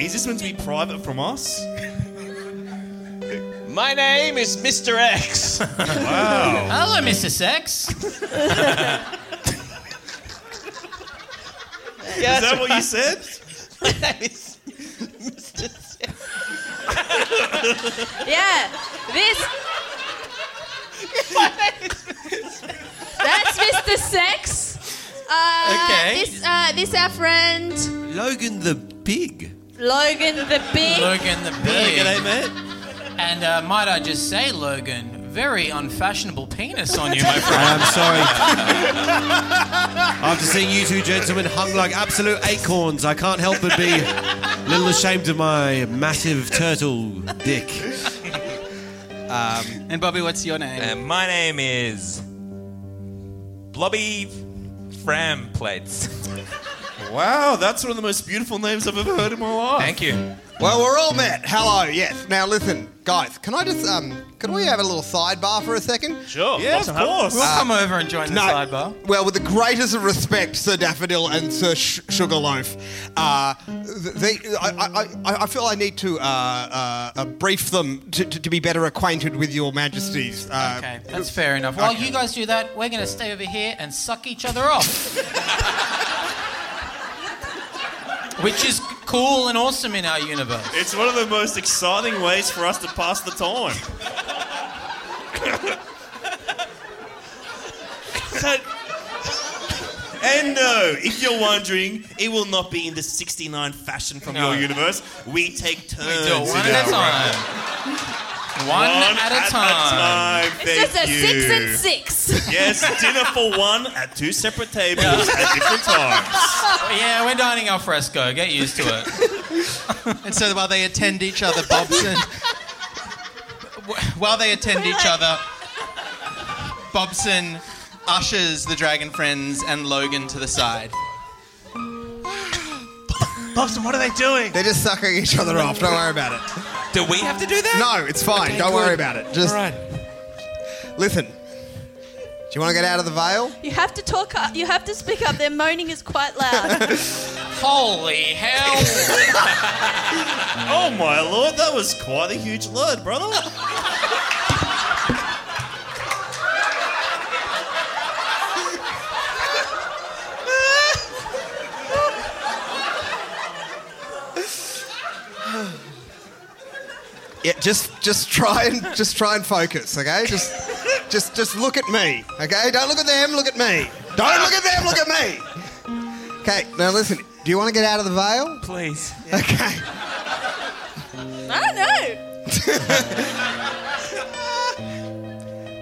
Speaker 10: Is this meant to be private from us?
Speaker 2: My name is Mr. X.
Speaker 10: Wow.
Speaker 11: Hello, Mr. Sex.
Speaker 10: Is that what you said?
Speaker 7: Yeah, this. That's Mr. Sex. Uh,
Speaker 8: Okay.
Speaker 7: This, uh, this our friend
Speaker 8: Logan the Big.
Speaker 7: Logan the Big.
Speaker 11: Logan the big. G'day, mate. And uh, might I just say, Logan, very unfashionable penis on you, my friend.
Speaker 8: I'm sorry. After seeing you two gentlemen hung like absolute acorns, I can't help but be a little ashamed of my massive turtle dick.
Speaker 4: Um,
Speaker 3: and Bobby, what's your name?
Speaker 4: my name is Blobby Fram Plates.
Speaker 10: Wow, that's one of the most beautiful names I've ever heard in my life.
Speaker 4: Thank you.
Speaker 6: Well, we're all met. Hello, yes. Now, listen, guys, can I just, um, can we have a little sidebar for a second?
Speaker 10: Sure.
Speaker 6: Yeah, of course.
Speaker 11: We'll
Speaker 6: Uh,
Speaker 11: come over and join the
Speaker 6: no.
Speaker 11: sidebar.
Speaker 6: Well, with the greatest of respect, Sir Daffodil and Sir Sh- Sugarloaf, uh, th- they, I, I, I, I feel I need to uh, uh, uh, brief them to, to, to be better acquainted with your majesties. Uh,
Speaker 11: Okay, that's fair enough. While you guys do that, we're going to stay over here and suck each other off. Which is cool and awesome in our universe.
Speaker 10: It's one of the most exciting ways for us to pass the time.
Speaker 2: So,
Speaker 10: And no, if you're wondering, it will not be in the 69 fashion from
Speaker 11: No.
Speaker 10: your universe. We take turns.
Speaker 11: We do it one
Speaker 10: in
Speaker 11: at a
Speaker 10: our round.
Speaker 11: time. One, at, a time.
Speaker 10: time,
Speaker 7: It's just
Speaker 10: thank
Speaker 7: a
Speaker 10: you.
Speaker 7: six and six.
Speaker 10: Yes, dinner for one at two separate tables at different times.
Speaker 11: Yeah, we're dining al fresco. Get used to it.
Speaker 3: And so while they attend each other, Bob's and while they attend each other, Bobson ushers the dragon friends and Logan to the side.
Speaker 2: Bobson, what are they doing?
Speaker 6: They're just sucking each other off. Don't worry about it.
Speaker 4: Do we have to do that?
Speaker 6: No, it's fine.
Speaker 4: Okay,
Speaker 6: Don't worry
Speaker 4: good.
Speaker 6: about it. Just
Speaker 4: All right.
Speaker 6: listen. Do you want to get out of the veil?
Speaker 7: you have to talk up. You have to speak up. Their moaning is quite loud.
Speaker 11: Holy hell.
Speaker 10: Oh my lord, that was quite a huge load, brother.
Speaker 6: Yeah, just just try and just try and focus, okay? Just just just look at me, okay? Don't look at them, look at me. Don't look at them, look at me. Okay, now listen. Do you want to get out of the veil?
Speaker 4: Please.
Speaker 6: Okay.
Speaker 7: I don't know.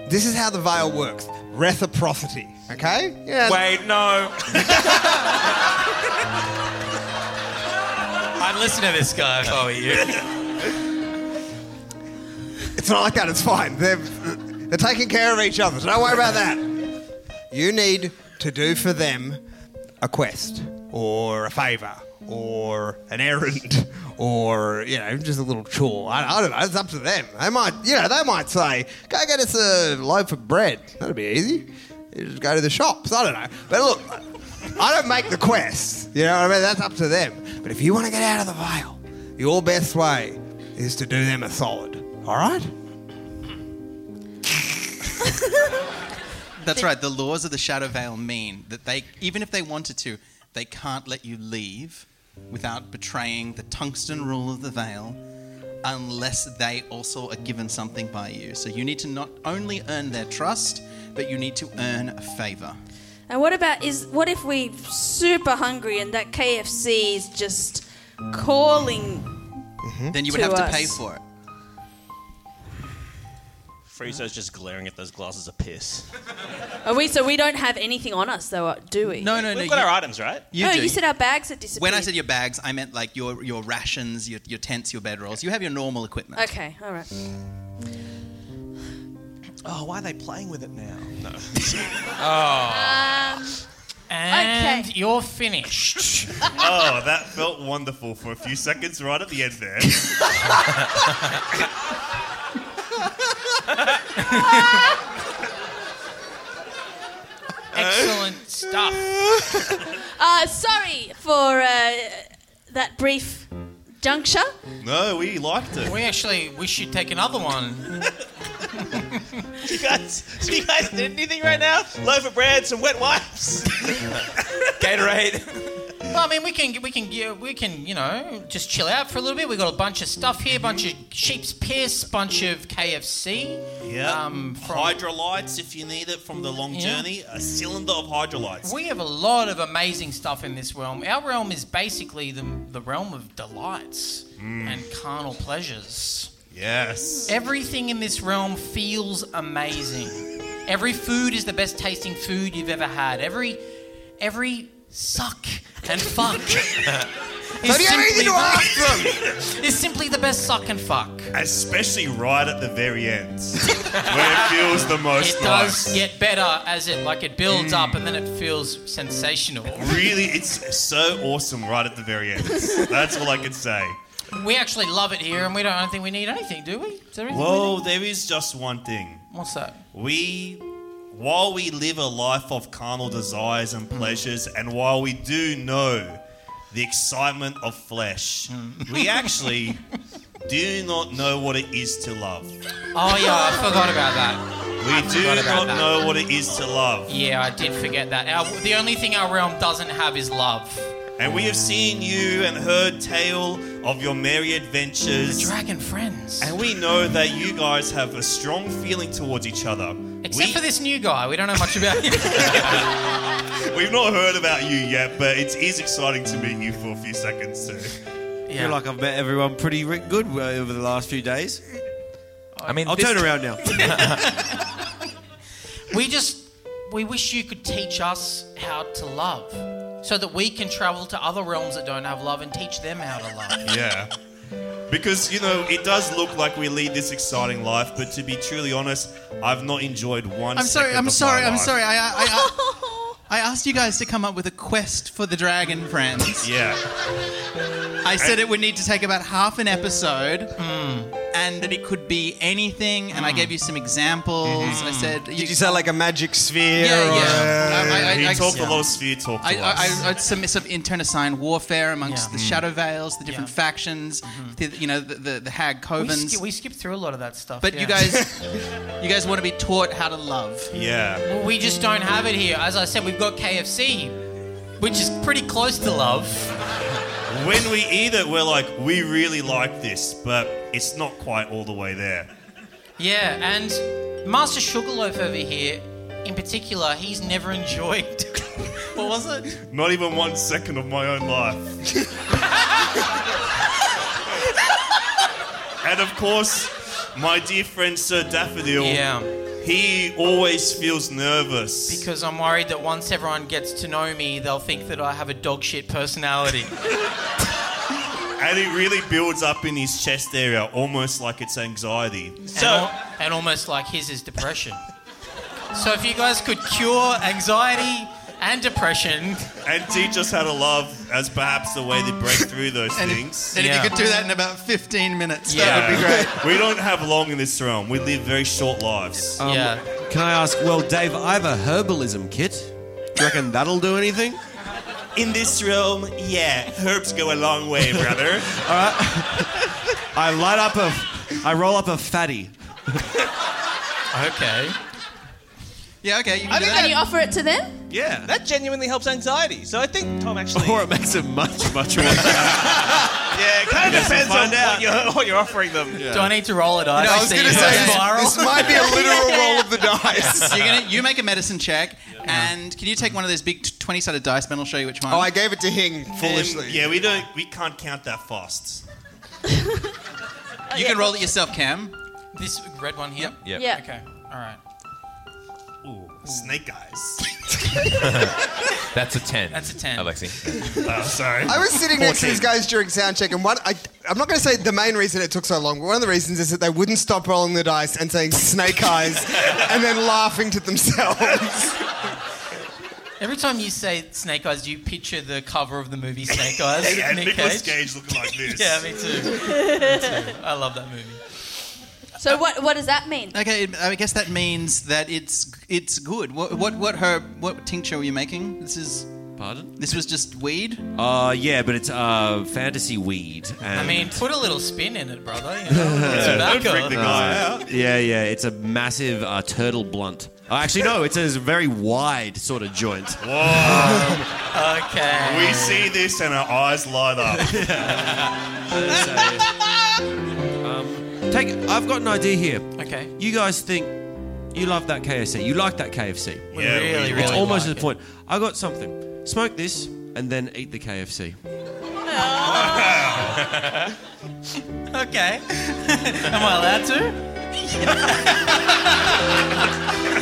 Speaker 6: This is how the veil works. Reciprocity, okay? Yeah.
Speaker 4: Wait, no.
Speaker 11: I'd listen to this guy if I were you.
Speaker 6: It's not like that. It's fine. They're, they're taking care of each other. So don't worry about that. You need to do for them a quest or a favour or an errand or you know just a little chore. I, I don't know. It's up to them. They might you know they might say go get us a loaf of bread. That'll be easy. You just go to the shops. I don't know. But look, I don't make the quests. You know what I mean? That's up to them. But if you want to get out of the veil, your best way is to do them a solid. All right.
Speaker 3: That's right. The laws of the Shadow Vale mean that they, even if they wanted to, they can't let you leave without betraying the tungsten rule of the Vale, unless they also are given something by you. So you need to not only earn their trust, but you need to earn a favor.
Speaker 7: And what about is what if we super hungry and that KFC is just calling
Speaker 3: then you would
Speaker 2: To
Speaker 3: have
Speaker 2: us.
Speaker 3: to pay for it.
Speaker 2: Friezo's just glaring at those glasses of piss.
Speaker 7: Are we? So we don't have anything on us, though, uh, do we?
Speaker 3: No, no, no.
Speaker 2: We've got our items, right?
Speaker 7: no, you said our bags had disappeared.
Speaker 3: When I said your bags, I meant like your, your rations, your, your tents, your bedrolls. You have your normal equipment.
Speaker 7: Okay, all right.
Speaker 2: Oh, why are they playing with it now? No.
Speaker 11: Oh. And you're finished.
Speaker 10: Oh, that felt wonderful for a few seconds right at the end there.
Speaker 11: Excellent stuff.
Speaker 7: Uh, sorry for uh, that brief juncture.
Speaker 10: No, we liked it.
Speaker 11: We actually wish you'd take another one.
Speaker 2: Do you guys, do you guys need anything right now? Loaf of bread, some wet wipes. Gatorade.
Speaker 11: Well, I mean, we can, we can, yeah, we can, you know, just chill out for a little bit. We got a bunch of stuff here, bunch of sheep's piss, bunch of KFC.
Speaker 10: Yeah.
Speaker 11: Um, from-
Speaker 10: hydrolytes, if you need it from the long
Speaker 11: Yeah.
Speaker 10: journey, a cylinder of hydrolytes.
Speaker 11: We have a lot of amazing stuff in this realm. Our realm is basically the, the realm of delights and carnal pleasures.
Speaker 10: Mm. Yes.
Speaker 11: Everything in this realm feels amazing. Every food is the best tasting food you've ever had. Every every suck and fuck.
Speaker 10: So do you have anything to
Speaker 11: ask them? Is simply the best suck and fuck.
Speaker 10: Especially right at the very end, where it feels the most
Speaker 11: It
Speaker 10: nice. Mm.
Speaker 11: does get better as it like it builds up and then it feels sensational.
Speaker 10: Really, it's so awesome right at the very end. That's all I can say.
Speaker 11: We actually love it here and we don't I don't think we need anything, do we? Is there anything we
Speaker 10: Well,
Speaker 11: need?
Speaker 10: there is just one thing.
Speaker 11: What's that?
Speaker 10: We, while we live a life of carnal desires and
Speaker 11: Hmm.
Speaker 10: pleasures, and while we do know the excitement of flesh,
Speaker 11: Hmm.
Speaker 10: we actually do not know what it is to love.
Speaker 11: Oh yeah, I forgot about that.
Speaker 10: We do
Speaker 11: forgot about
Speaker 10: not
Speaker 11: that.
Speaker 10: know what it is to love.
Speaker 11: Yeah, I did forget that. Our, the only thing our realm doesn't have is love.
Speaker 10: And we have seen you and heard tale of your merry adventures.
Speaker 11: Dragon friends.
Speaker 10: And we know that you guys have a strong feeling towards each other.
Speaker 11: Except for this new guy, we don't know much about him.
Speaker 10: We've not heard about you yet, but it is exciting to meet you for a few seconds too.
Speaker 8: I feel like I've met everyone pretty ri- good uh, over the last few days.
Speaker 4: I mean,
Speaker 8: I'll
Speaker 4: this-
Speaker 8: turn around now.
Speaker 11: we just we wish you could teach us how to love, so that we can travel to other realms that don't have love and teach them how to love.
Speaker 10: Yeah. Because, you know, it does look like we lead this exciting life, but to be truly honest, I've not enjoyed one
Speaker 3: I'm sorry,
Speaker 10: second
Speaker 3: I'm
Speaker 10: of
Speaker 3: sorry,
Speaker 10: my
Speaker 3: I'm
Speaker 10: life.
Speaker 3: sorry. I, I, I, I asked you guys to come up with a quest for the dragon friends.
Speaker 10: Yeah.
Speaker 3: I said it would need to take about half an episode, and that it could be anything. And I gave you some examples. I said,
Speaker 6: Hmm. Did you say like a magic sphere?
Speaker 3: Yeah,
Speaker 6: or-
Speaker 3: yeah. I- I-
Speaker 10: he
Speaker 3: I-
Speaker 10: talked
Speaker 3: yeah.
Speaker 10: a lot of sphere talk to
Speaker 3: I,
Speaker 10: us.
Speaker 3: I, I, I'd submit some internecine warfare amongst
Speaker 11: Yeah.
Speaker 3: the Shadow Vales, the different factions, the, you know, the, the, the Hag
Speaker 11: We,
Speaker 3: covens.
Speaker 11: skip, we skip through a lot of that stuff.
Speaker 3: but
Speaker 11: yeah.
Speaker 3: you guys, you guys want to be taught how to love.
Speaker 10: yeah.
Speaker 11: Well, we just don't have it here. As I said, we've got KFC, which is pretty close to love.
Speaker 10: When we eat it, we're like, we really like this, but it's not quite all the way there.
Speaker 11: Yeah, and Master Sugarloaf over here, in particular, he's never enjoyed. what was it?
Speaker 10: Not even one second of my own life. and of course, my dear friend Sir Daffodil.
Speaker 11: Yeah.
Speaker 10: He always feels nervous.
Speaker 11: Because I'm worried that once everyone gets to know me, they'll think that I have a dog shit personality.
Speaker 10: and it really builds up in his chest area, almost like it's anxiety.
Speaker 11: so, and, al- and almost like his is depression. So if you guys could cure anxiety and depression,
Speaker 10: And teach us how to love as perhaps the way to break through those
Speaker 3: And if-
Speaker 10: things.
Speaker 3: and if
Speaker 11: Yeah.
Speaker 3: you could do that in about 15 minutes, that
Speaker 10: Yeah.
Speaker 3: would be great.
Speaker 10: we don't have long in this realm. We live very short lives.
Speaker 8: Um,
Speaker 11: Yeah.
Speaker 8: Can I ask, well, Dave, I have a herbalism kit. Do you reckon that'll do anything?
Speaker 10: In this realm, yeah, herbs go a long way, brother.
Speaker 8: I light up a, I roll up a fatty.
Speaker 11: okay.
Speaker 3: Yeah, okay. You can do that.
Speaker 7: And you offer it to them?
Speaker 8: Yeah.
Speaker 2: That genuinely helps anxiety. So I think Tom actually.
Speaker 8: Or it makes it much, much worse.
Speaker 2: yeah, it kind of depends on
Speaker 8: find
Speaker 2: what
Speaker 8: out.
Speaker 2: you're, what you're offering them.
Speaker 11: Do I need to roll it? I
Speaker 6: I was
Speaker 11: see
Speaker 6: going to
Speaker 11: you
Speaker 6: say,
Speaker 11: go viral.
Speaker 6: this, this might be a literal roll of the dice.
Speaker 3: You're gonna, you make a medicine check, and can you take one of those big 20 sided dice, Ben? I'll show you which one.
Speaker 6: Oh, I gave it to Hing
Speaker 10: Um,
Speaker 6: foolishly.
Speaker 10: yeah, we don't. We can't count that fast.
Speaker 3: You can roll it yourself, Cam.
Speaker 11: This red one here?
Speaker 3: Yep. Yeah.
Speaker 11: Okay. All right.
Speaker 10: Ooh, snake eyes.
Speaker 4: That's a 10.
Speaker 11: That's a 10.
Speaker 4: Alexi.
Speaker 10: oh, sorry.
Speaker 6: I was sitting next to these guys during sound check, and one I, I'm not going to say the main reason it took so long, but one of the reasons is that they wouldn't stop rolling the dice and saying snake eyes and then laughing to themselves.
Speaker 11: Every time you say Snake Eyes, do you picture the cover of the movie Snake Eyes? with
Speaker 10: and
Speaker 11: Nick
Speaker 10: Nicolas Cage looking like this.
Speaker 11: yeah, me too. me too. I love that movie.
Speaker 7: So what what does that mean?
Speaker 3: Okay, I guess that means that it's it's good. What what what herb? What tincture were you making? This is.
Speaker 8: Pardon?
Speaker 3: This was just weed.
Speaker 8: Uh, yeah, but it's uh, fantasy weed. And
Speaker 11: I mean, put a little spin in it, brother. You know,
Speaker 8: Yeah.
Speaker 11: tobacco.
Speaker 8: Uh, Yeah, yeah. It's a massive uh, turtle blunt. Uh, actually, no, it's a very wide sort of joint.
Speaker 11: Um,
Speaker 10: Whoa.
Speaker 11: okay.
Speaker 10: We see this and our eyes light up.
Speaker 8: Um, Take. I've got an idea here.
Speaker 11: Okay.
Speaker 8: You guys think you love that KFC? You like that KFC?
Speaker 11: We Yeah, really, we
Speaker 8: It's
Speaker 11: really
Speaker 8: almost
Speaker 11: like
Speaker 8: to the point. I got something. Smoke this and then eat the KFC.
Speaker 3: Oh.
Speaker 11: Okay. Am I allowed to?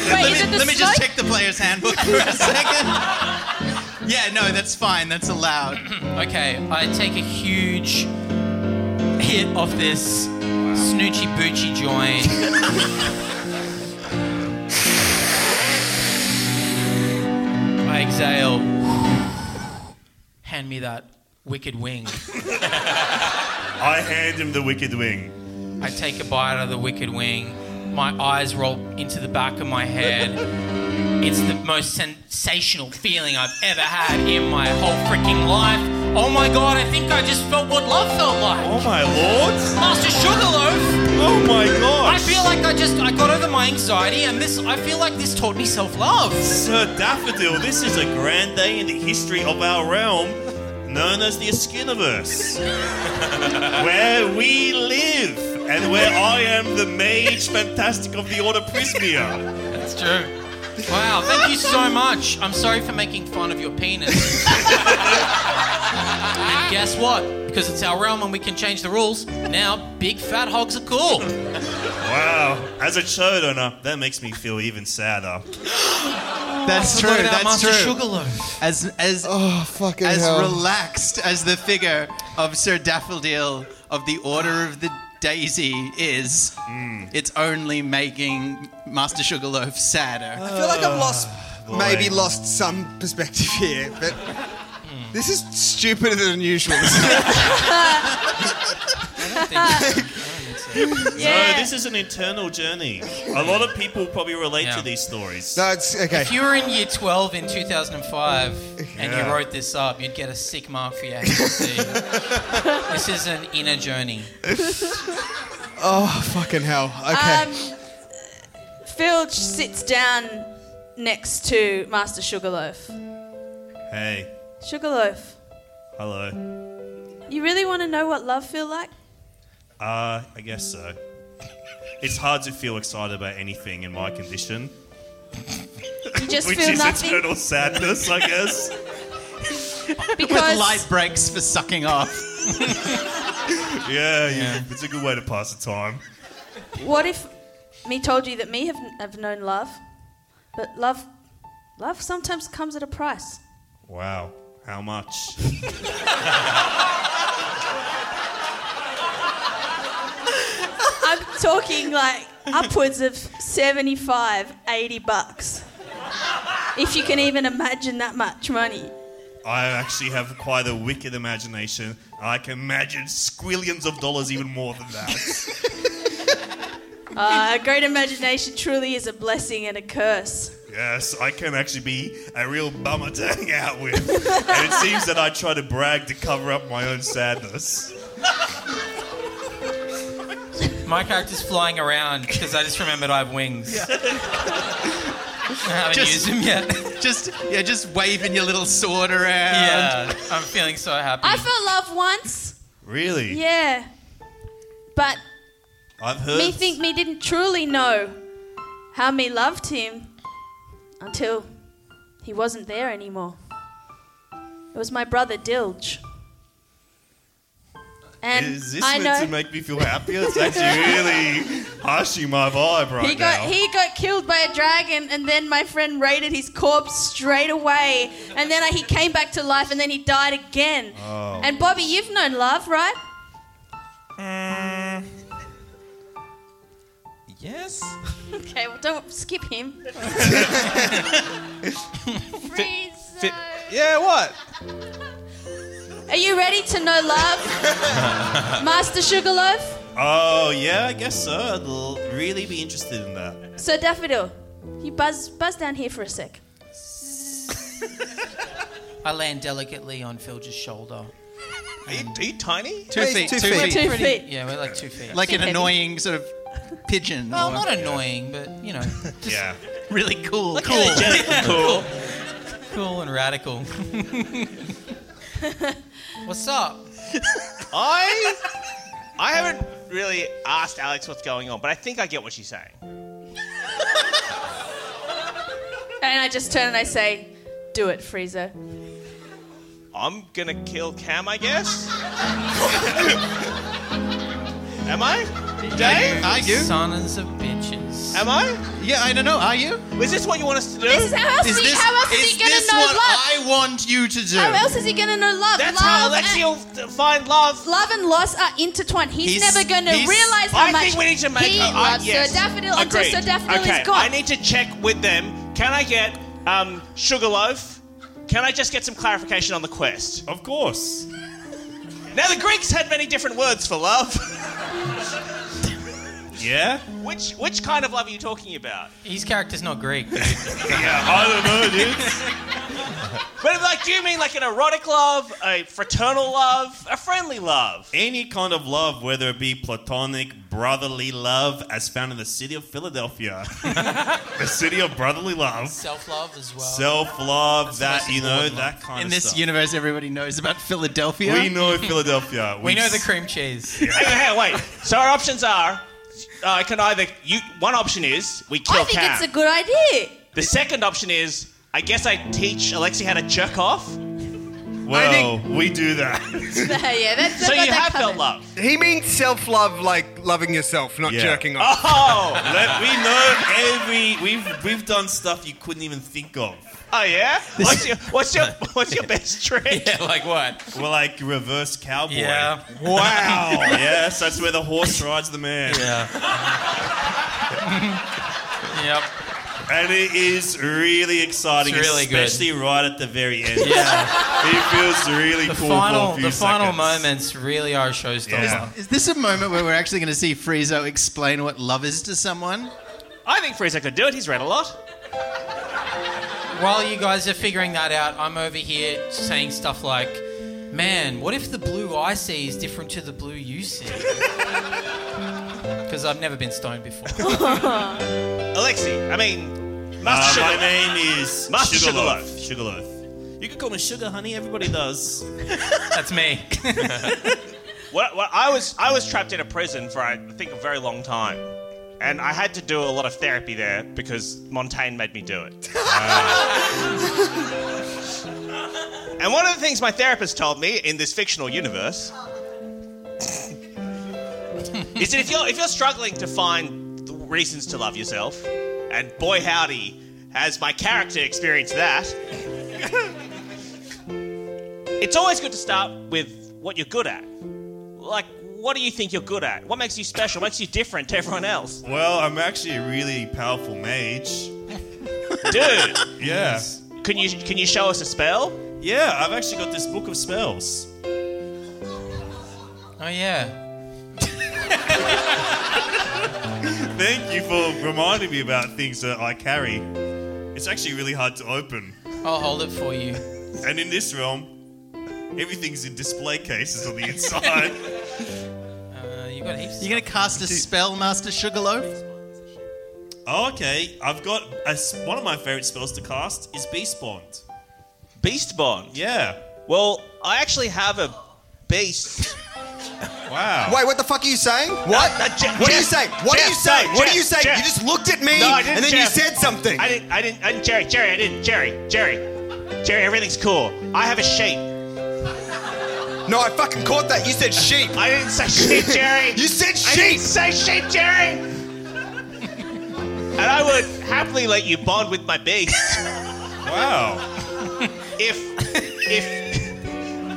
Speaker 3: let
Speaker 11: is it
Speaker 3: me,
Speaker 11: the
Speaker 3: let me just
Speaker 11: snake-
Speaker 3: check the player's handbook for a second. yeah, no, that's fine. That's allowed.
Speaker 11: okay, I take a huge hit of this snoochie boochy joint. I exhale. Hand me that wicked wing.
Speaker 10: I hand him the wicked wing.
Speaker 11: I take a bite of the wicked wing. My eyes roll into the back of my head. It's the most sensational feeling I've ever had in my whole freaking life. Oh my god, I think I just felt what love felt like. Oh
Speaker 10: my lord.
Speaker 11: Master Sugarloaf.
Speaker 10: Oh my god.
Speaker 11: I feel like I just I got over my anxiety and this I feel like this taught me self-love.
Speaker 10: Sir Daffodil, this is a grand day in the history of our realm, known as the Eskiniverse, where we live and where I am the mage fantastic of the Order Prismia.
Speaker 11: That's true. Wow, thank you so much. I'm sorry for making fun of your penis. and guess what? Because it's our realm and we can change the rules, now big fat hogs are cool.
Speaker 10: Wow. As a show donor, that makes me feel even sadder.
Speaker 3: That's
Speaker 11: I
Speaker 3: true.
Speaker 11: forgot about
Speaker 3: That's
Speaker 11: Master
Speaker 3: true.
Speaker 11: Sugarloaf.
Speaker 3: As as
Speaker 6: Oh, fucking
Speaker 3: as
Speaker 6: hell.
Speaker 3: relaxed as the figure of Sir Daffodil of the Order of the Daisy is,
Speaker 11: Hmm.
Speaker 3: it's only making Master Sugarloaf sadder. Ah,
Speaker 6: I feel like I've lost,
Speaker 3: boy.
Speaker 6: maybe lost some perspective here, but this is stupider than usual.
Speaker 10: No, this is an internal journey. A lot of people probably relate to these stories.
Speaker 6: No, it's okay.
Speaker 11: If you were in year 12 in 2005 and
Speaker 10: Yeah.
Speaker 11: you wrote this up, you'd get a sick mark for your HSC. this is an inner journey.
Speaker 6: oh, fucking hell. Okay.
Speaker 7: Um, Phil sits down next to Master Sugarloaf.
Speaker 10: Hey,
Speaker 7: Sugarloaf,
Speaker 10: hello.
Speaker 7: you really want to know what love feel like?
Speaker 10: Uh, I guess so. It's hard to feel excited about anything in my condition.
Speaker 7: You just
Speaker 10: Which
Speaker 7: feel
Speaker 10: is
Speaker 7: nothing.
Speaker 10: eternal sadness, I guess.
Speaker 3: With
Speaker 7: Because
Speaker 3: light breaks for sucking off.
Speaker 10: Yeah, yeah. It's a good way to pass the time.
Speaker 7: what if me told you that me have, have known love, but love, love sometimes comes at a price.
Speaker 10: Wow. How much?
Speaker 7: I'm talking like upwards of 75, 80 bucks. If you can even imagine that much money.
Speaker 10: I actually have quite a wicked imagination. I can imagine squillions of dollars, even more than that.
Speaker 7: Uh, a great imagination truly is a blessing and a curse.
Speaker 10: yes, I can actually be a real bummer to hang out with. and it seems that I try to brag to cover up my own sadness.
Speaker 11: My character's flying around because I just remembered I have wings. I haven't used them yet.
Speaker 3: just yeah, just waving your little sword around.
Speaker 11: Yeah, I'm feeling so happy.
Speaker 7: I felt love once,
Speaker 10: Really?
Speaker 7: yeah. But
Speaker 10: I've heard.
Speaker 7: me think me didn't truly know how me loved him until he wasn't there anymore. It was my brother Dilge. And
Speaker 10: Is this
Speaker 7: I
Speaker 10: meant
Speaker 7: know
Speaker 10: to make me feel happier? It's actually really harshing my vibe right
Speaker 7: he got
Speaker 10: now.
Speaker 7: he got killed by a dragon, and then my friend raided his corpse straight away, and then he came back to life, and then he died again.
Speaker 10: Oh.
Speaker 7: And Bobby, you've known love, right?
Speaker 4: Yes.
Speaker 7: Okay, well don't skip him. Freeze.
Speaker 12: Yeah, what?
Speaker 7: Are you ready to know love, Master Sugarloaf?
Speaker 10: oh yeah, I guess so. I'd l- really be interested in that.
Speaker 7: So Daffodil, you buzz buzz down here for a sec.
Speaker 11: I land delicately on Filger's shoulder.
Speaker 2: Are you, are you tiny?
Speaker 3: Two Wait, feet, two two feet. feet. Two feet.
Speaker 11: Yeah, we're like two feet.
Speaker 3: Like an annoying sort of pigeon.
Speaker 11: Well, not
Speaker 3: Yeah.
Speaker 11: annoying, but you know, just
Speaker 3: Yeah. Really cool.
Speaker 11: Like
Speaker 3: cool.
Speaker 11: energetic and cool.
Speaker 3: cool.
Speaker 11: cool and radical. What's up?
Speaker 2: I I haven't really asked Alex what's going on, but I think I get what she's saying.
Speaker 7: And I just turn and I say, "Do it, Freezer."
Speaker 2: I'm gonna kill Cam, I guess. Am I? Dave?
Speaker 11: Are you? Sons of bitches.
Speaker 2: Am I?
Speaker 3: Yeah, I don't know. Are you?
Speaker 2: Is this what you want us to do?
Speaker 7: This is how else is, he,
Speaker 3: this,
Speaker 7: how else is,
Speaker 3: is
Speaker 7: he gonna
Speaker 3: this
Speaker 7: know
Speaker 3: what
Speaker 7: love?
Speaker 3: I want you to do?
Speaker 7: How else is he gonna know love?
Speaker 2: That's
Speaker 7: love
Speaker 2: how Alexi
Speaker 7: and-
Speaker 2: will find love.
Speaker 7: Love and loss are intertwined. He's,
Speaker 2: He's-
Speaker 7: never gonna
Speaker 2: he's-
Speaker 7: realize how
Speaker 2: I
Speaker 7: much
Speaker 2: think we need to make
Speaker 7: he
Speaker 2: uh, uh,
Speaker 7: loves
Speaker 2: yes.
Speaker 7: Sir Daffodil until
Speaker 2: Agreed.
Speaker 7: Sir Daffodil
Speaker 2: okay.
Speaker 7: is gone.
Speaker 2: I need to check with them. Can I get um, Sugarloaf? Can I just get some clarification on the quest?
Speaker 10: Of course.
Speaker 2: Now the Greeks had many different words for love.
Speaker 10: Yeah?
Speaker 2: Which which kind of love are you talking about?
Speaker 11: His character's not Greek. yeah,
Speaker 10: I don't know, dude.
Speaker 2: But like, do you mean like an erotic love, a fraternal love, a friendly love?
Speaker 10: Any kind of love, whether it be platonic, brotherly love, as found in the city of Philadelphia, the city of brotherly love,
Speaker 11: Self-love as well.
Speaker 10: self-love, that Uh, you know, that kind
Speaker 3: In
Speaker 10: of
Speaker 3: this
Speaker 10: stuff.
Speaker 3: universe, everybody knows about Philadelphia.
Speaker 10: we know Philadelphia.
Speaker 11: We know the
Speaker 10: s-
Speaker 11: cream cheese.
Speaker 2: Hang on, wait. So our options are, uh, I can either you. One option is we kill
Speaker 7: I think
Speaker 2: Cam.
Speaker 7: it's a good idea.
Speaker 2: the second option is, I guess I teach Alexi how to jerk off.
Speaker 10: Well, we do that.
Speaker 7: yeah, that's
Speaker 2: so
Speaker 7: I've got
Speaker 2: you
Speaker 7: that
Speaker 2: have felt
Speaker 7: covered.
Speaker 2: love.
Speaker 6: He means self love, like loving yourself, not
Speaker 10: Yeah.
Speaker 6: jerking off.
Speaker 2: Oh,
Speaker 10: Let- we know every we've we've done stuff you couldn't even think of.
Speaker 2: oh yeah. What's your what's your what's your best trick?
Speaker 11: Yeah, like what?
Speaker 10: We're like reverse cowboy.
Speaker 11: Yeah.
Speaker 10: Wow. yes, that's where the horse rides the man.
Speaker 11: Yeah. yep.
Speaker 10: And it is really exciting,
Speaker 11: It's really good.
Speaker 10: especially right at the very end.
Speaker 11: Yeah.
Speaker 10: it feels really
Speaker 11: The
Speaker 10: cool for
Speaker 11: final,
Speaker 10: a few
Speaker 11: the final
Speaker 10: seconds.
Speaker 11: moments really are a showstopper.
Speaker 10: Yeah.
Speaker 3: Is this a moment where we're actually going to see Friezo explain what love is to someone?
Speaker 2: I think Frieza could do it. He's read a lot.
Speaker 11: While you guys are figuring that out, I'm over here saying stuff like, "Man, what if the blue I see is different to the blue you see?" Because I've never been stoned before.
Speaker 2: Alexi, I mean, Master
Speaker 10: Uh, my
Speaker 2: Sugarloaf.
Speaker 10: name is
Speaker 2: Master
Speaker 10: Sugarloaf. Sugarloaf. You can call me Sugar, honey. Everybody does.
Speaker 11: That's me.
Speaker 2: Well, well, I was I was trapped in a prison for I think a very long time, and I had to do a lot of therapy there because Montaigne made me do it. Uh, and one of the things my therapist told me in this fictional universe is that if you're if you're struggling to find the reasons to love yourself, and boy howdy, has my character experienced that. it's always good to start with what you're good at like what do you think you're good at what makes you special what makes you different to everyone else
Speaker 10: Well, I'm actually a really powerful mage.
Speaker 2: dude
Speaker 10: Yeah.
Speaker 2: can you can you show us a spell
Speaker 10: Yeah, I've actually got this book of spells.
Speaker 11: Oh yeah.
Speaker 10: Thank you for reminding me about things that I carry. It's actually really hard to open.
Speaker 11: I'll hold it for you.
Speaker 10: And in this realm, everything's in display cases on the inside.
Speaker 11: Uh, you got heaps.
Speaker 3: You're going to cast a spell, Master Sugarloaf?
Speaker 10: oh, okay, I've got a s one of my favorite spells to cast is Beast Bond.
Speaker 2: beast bond
Speaker 10: Yeah.
Speaker 2: well i actually have a beast
Speaker 10: Wow.
Speaker 6: Wait, what the fuck are you saying? What?
Speaker 2: Uh, uh, Je-
Speaker 6: what are you
Speaker 2: Jeff,
Speaker 6: saying? What are
Speaker 2: Jeff,
Speaker 6: you saying?
Speaker 2: no,
Speaker 6: what are you
Speaker 2: Jeff,
Speaker 6: saying?
Speaker 2: Jeff.
Speaker 6: You just looked at me
Speaker 2: No, I didn't,
Speaker 6: and then
Speaker 2: Jeff.
Speaker 6: you said something.
Speaker 2: i didn't i didn't i didn't jerry jerry i didn't jerry jerry jerry jerry everything's cool i have a sheep
Speaker 6: No, I fucking caught that. You said sheep.
Speaker 9: I didn't say sheep, Jerry.
Speaker 6: you said
Speaker 9: I
Speaker 6: sheep.
Speaker 9: didn't say sheep, Jerry.
Speaker 2: And I would happily let you bond with my beast.
Speaker 10: Wow.
Speaker 9: if if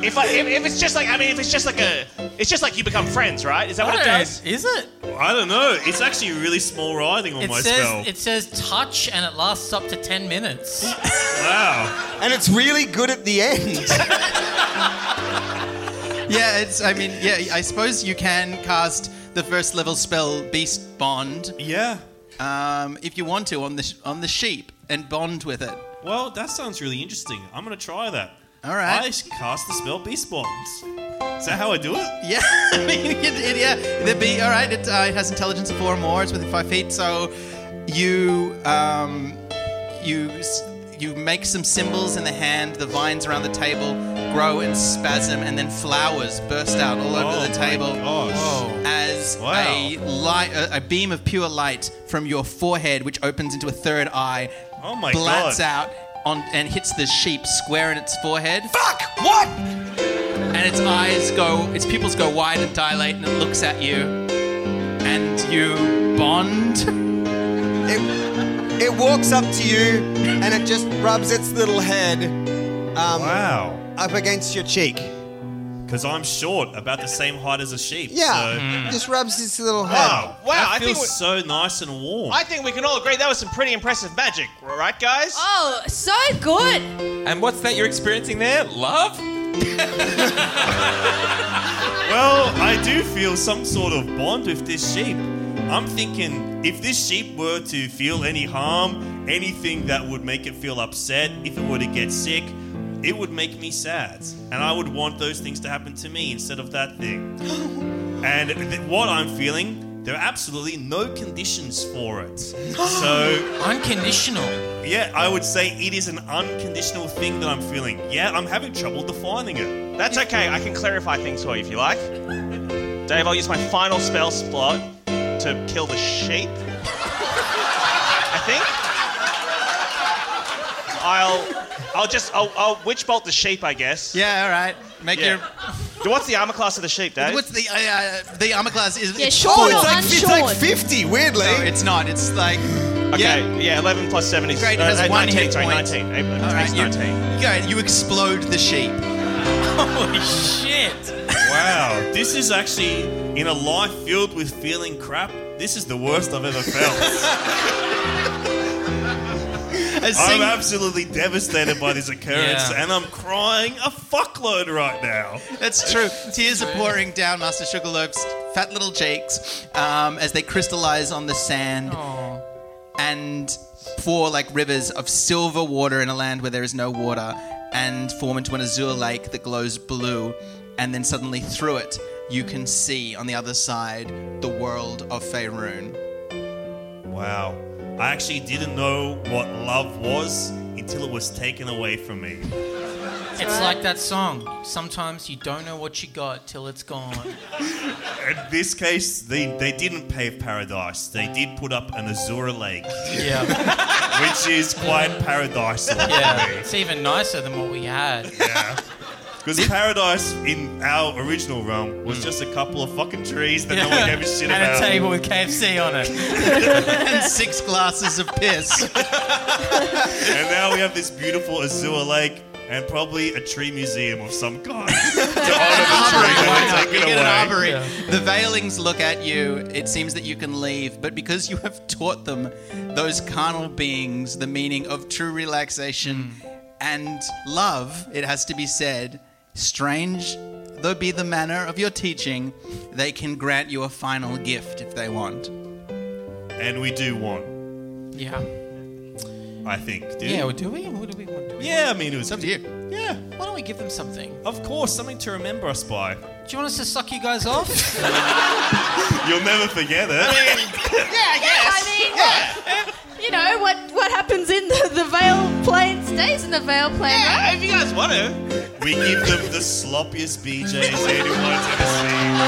Speaker 9: if, I, if if it's just like I mean if it's just like a it's just like you become friends, right? Is that what it does?
Speaker 11: Is it?
Speaker 10: I don't know. It's actually really small writing on
Speaker 11: It
Speaker 10: Oh, my
Speaker 11: says
Speaker 10: spell.
Speaker 11: it says touch and it lasts up to ten minutes.
Speaker 10: wow.
Speaker 6: And it's really good at the end.
Speaker 3: Yeah, it's. I mean, yeah. I suppose you can cast the first level spell Beast Bond.
Speaker 10: Yeah.
Speaker 3: Um, if you want to on the sh- on the sheep and bond with it.
Speaker 10: Well, that sounds really interesting. I'm gonna try that.
Speaker 3: All right.
Speaker 10: I cast the spell Beast Bonds. Is that how I do it?
Speaker 3: Yeah, I mean, it, it, yeah. The be all right. It, uh, it has intelligence of four or more. It's within five feet. So you um, you s- you make some symbols in the hand. The vines around the table grow and spasm, and then flowers burst out all over
Speaker 10: Oh
Speaker 3: the table as a light, a, a beam of pure light from your forehead, which opens into a third eye,
Speaker 10: oh my
Speaker 3: blats
Speaker 10: God.
Speaker 3: out on and hits the sheep square in its forehead
Speaker 6: Fuck! What?
Speaker 3: and its eyes go, its pupils go wide and dilate, and it looks at you, and you bond.
Speaker 6: It, it walks up to you and it just rubs its little head um,
Speaker 10: Wow.
Speaker 6: up against your cheek.
Speaker 10: Because I'm short, about the same height as a sheep. So.
Speaker 2: Mm.
Speaker 6: Yeah, just rubs its little head.
Speaker 10: Wow.
Speaker 9: Wow,
Speaker 10: Mm-hmm. That
Speaker 9: I think
Speaker 10: feels so nice and warm.
Speaker 9: I think we can all agree that was some pretty impressive magic, right, guys?
Speaker 7: Oh, so good.
Speaker 4: And what's that you're experiencing there? Love?
Speaker 10: Well, I do feel some sort of bond with this sheep. I'm thinking if this sheep were to feel any harm, anything that would make it feel upset, if it were to get sick, it would make me sad. And I would want those things to happen to me instead of that thing. and th- what I'm feeling, there are absolutely no conditions for it. So,
Speaker 11: Unconditional.
Speaker 10: yeah, I would say it is an unconditional thing that I'm feeling. Yeah, I'm having trouble defining it.
Speaker 9: That's okay. I can clarify things for you if you like. Dave, I'll use my final spell slot to kill the sheep. I think. I'll, I'll just, I'll, I'll witch bolt the sheep, I guess.
Speaker 3: Yeah, all right. Make
Speaker 9: Yeah. What's the armor class of the sheep,
Speaker 3: your.
Speaker 9: Dave?
Speaker 3: What's the uh, uh, the armor class? Is
Speaker 7: Yeah,
Speaker 3: it's
Speaker 7: short
Speaker 3: four.
Speaker 7: or
Speaker 3: It's like,
Speaker 6: It's
Speaker 7: unshorn.
Speaker 6: like 50, weirdly.
Speaker 3: no, it's not. It's like
Speaker 9: Okay,
Speaker 3: yeah.
Speaker 9: yeah. 11 plus 7 is
Speaker 3: Great, it has one
Speaker 9: 19,
Speaker 3: hit
Speaker 9: sorry,
Speaker 3: point.
Speaker 9: 19. Eight-
Speaker 3: All right,
Speaker 9: it's
Speaker 3: you,
Speaker 9: 19.
Speaker 3: yeah, you explode the sheep.
Speaker 11: Holy shit.
Speaker 10: Wow, this is actually in a life filled with feeling crap. This is the worst I've ever felt.
Speaker 3: A
Speaker 10: I'm
Speaker 3: sing-
Speaker 10: absolutely devastated by this occurrence,
Speaker 11: Yeah.
Speaker 10: and I'm crying a fuckload right now.
Speaker 3: That's true. Tears are pouring down Master Sugarloaf's fat little cheeks um, as they crystallize on the sand and pour like rivers of silver water in a land where there is no water and form into an azure lake that glows blue. And then suddenly through it, you can see on the other side the world of Faerun.
Speaker 10: Wow, I actually didn't know what love was until it was taken away from me.
Speaker 11: It's like that song. Sometimes you don't know what you got till it's gone.
Speaker 10: In this case, they, they didn't pave paradise, they did put up an Azura Lake,
Speaker 11: Yeah.
Speaker 10: which is quite paradisal.
Speaker 11: Yeah. It's even nicer than what we had.
Speaker 10: Because paradise in our original realm was just a couple of fucking trees that no one gave a shit
Speaker 11: Hmm. and
Speaker 10: about.
Speaker 11: a table with KFC on it.
Speaker 3: and six glasses of piss.
Speaker 10: And now we have this beautiful azure lake and probably a tree museum of some kind. to honor the tree that
Speaker 3: You
Speaker 10: we taken
Speaker 3: get an
Speaker 10: away.
Speaker 3: armory.
Speaker 11: Yeah.
Speaker 3: The veilings look at you. It seems that you can leave, but because you have taught them, those carnal beings, the meaning of true relaxation
Speaker 11: Hmm.
Speaker 3: and love, it has to be said, strange though be the manner of your teaching, they can grant you a final gift if they want.
Speaker 10: And we do want,
Speaker 11: Yeah.
Speaker 10: I think. Do
Speaker 11: Yeah,
Speaker 10: we?
Speaker 11: well, do we? What do we want? Do we
Speaker 10: yeah, I mean, it was.
Speaker 3: It's up to you.
Speaker 10: Yeah,
Speaker 11: Why don't we give them something?
Speaker 10: of course, something to remember us by.
Speaker 11: Do you want us to suck you guys off?
Speaker 10: You'll never forget it.
Speaker 7: Yeah, I mean, you know what what happens in the, the Veil plane stays in the Veil plane, right?
Speaker 9: If you guys want to.
Speaker 10: we We give them the sloppiest BJs anyone's ever seen.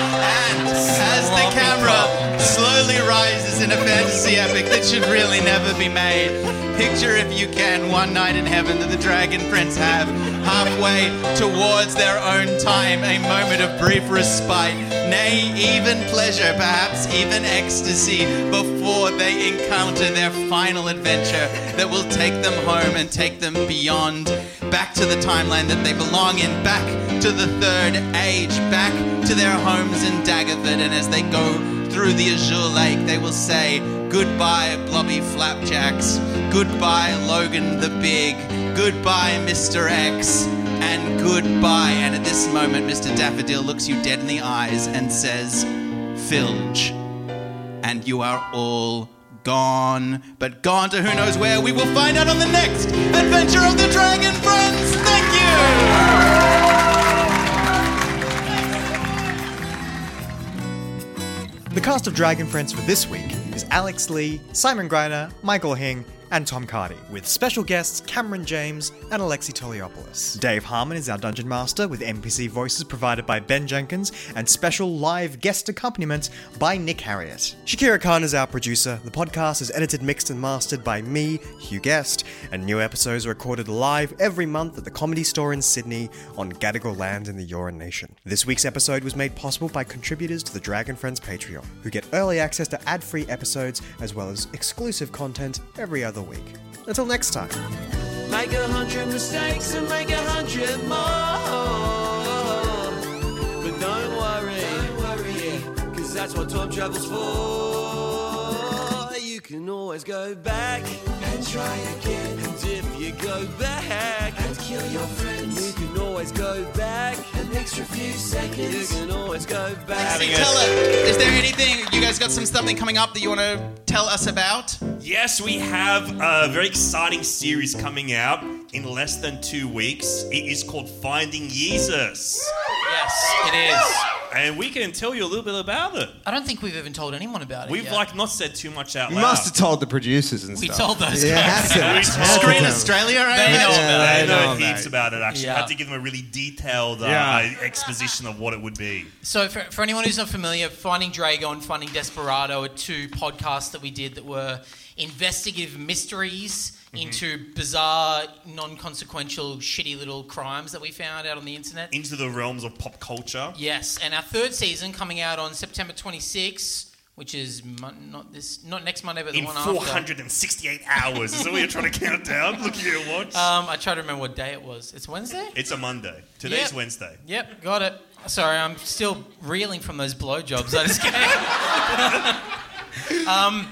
Speaker 10: And
Speaker 3: As the camera slowly rises in a fantasy epic that should really never be made, picture if you can one night in heaven that the Dragon Prince have halfway towards their own time, a moment of brief respite, nay, even pleasure, perhaps even ecstasy, before they encounter their final adventure that will take them home and take them beyond, back to the timeline that they belong in, back to the third age, back to their homes in Daggerford, and as they go through the Azure Lake, they will say, Goodbye, Blobby Flapjacks. Goodbye, Logan the Big. Goodbye, Mr. X. And goodbye. And at this moment, Mr. Daffodil looks you dead in the eyes and says, Filge. And you are all gone. But gone to who knows where. We will find out on the next Adventure of the Dragon Friends. Thank you.
Speaker 12: The cast of Dragon Friends for this week is Alex Lee, Simon Greiner, Michael Hing, and Tom Cardy, with special guests Cameron James and Alexi Toliopoulos. Dave Harmon is our Dungeon Master, with NPC voices provided by Ben Jenkins and special live guest accompaniment by Nick Harriott. Shakira Khan is our producer. The podcast is edited, mixed, and mastered by me, Hugh Guest, and new episodes are recorded live every month at the Comedy Store in Sydney on Gadigal land in the Yoran Nation. This week's episode was made possible by contributors to the Dragon Friends Patreon, who get early access to ad free episodes as well as exclusive content every other week. Until next time.
Speaker 5: Make a hundred mistakes and make a hundred more. But don't worry, cause that's what time travel's for. You can always go back and try again. And if you go back and kill your friends, you can always go back an extra few seconds. You can always go back.
Speaker 3: Tell us, is there anything, you guys got some something coming up that you want to tell us about?
Speaker 10: Yes, we have a very exciting series coming out in less than two weeks. It is called Finding Jesus.
Speaker 11: Yes, it is.
Speaker 10: And we can tell you a little bit about it.
Speaker 11: I don't think we've even told anyone about it.
Speaker 10: We've
Speaker 11: yet.
Speaker 10: like not said too much out
Speaker 6: You
Speaker 10: loud.
Speaker 6: must have told the producers and
Speaker 11: We
Speaker 6: stuff.
Speaker 11: told those
Speaker 6: Yeah,
Speaker 11: guys.
Speaker 6: that's it.
Speaker 11: We
Speaker 6: That's
Speaker 11: told
Speaker 6: it.
Speaker 11: them. Australia, right?
Speaker 10: They know,
Speaker 11: Yeah,
Speaker 10: about it.
Speaker 11: they
Speaker 10: They know,
Speaker 11: know about
Speaker 10: heaps
Speaker 11: it.
Speaker 10: about it. Actually, I
Speaker 11: Yeah.
Speaker 10: had to give them a really detailed uh,
Speaker 11: Yeah.
Speaker 10: exposition of what it would be.
Speaker 11: So, for, for anyone who's not familiar, Finding Drago and Finding Desperado are two podcasts that we did that were investigative mysteries
Speaker 10: Mhm.
Speaker 11: into bizarre, non consequential, shitty little crimes that we found out on the internet.
Speaker 10: Into the realms of pop culture.
Speaker 11: Yes, and our third season coming out on September 26th, which is mon- not this, not next Monday, but the
Speaker 10: in
Speaker 11: one after.
Speaker 10: 468 hours. Is that what you're trying to count down? Look at your watch.
Speaker 11: Um, I try to remember what day it was. It's Wednesday?
Speaker 10: It's a Monday. Today's
Speaker 11: Yep.
Speaker 10: Wednesday.
Speaker 11: Yep, got it. Sorry, I'm still reeling from those blowjobs I just gave. um,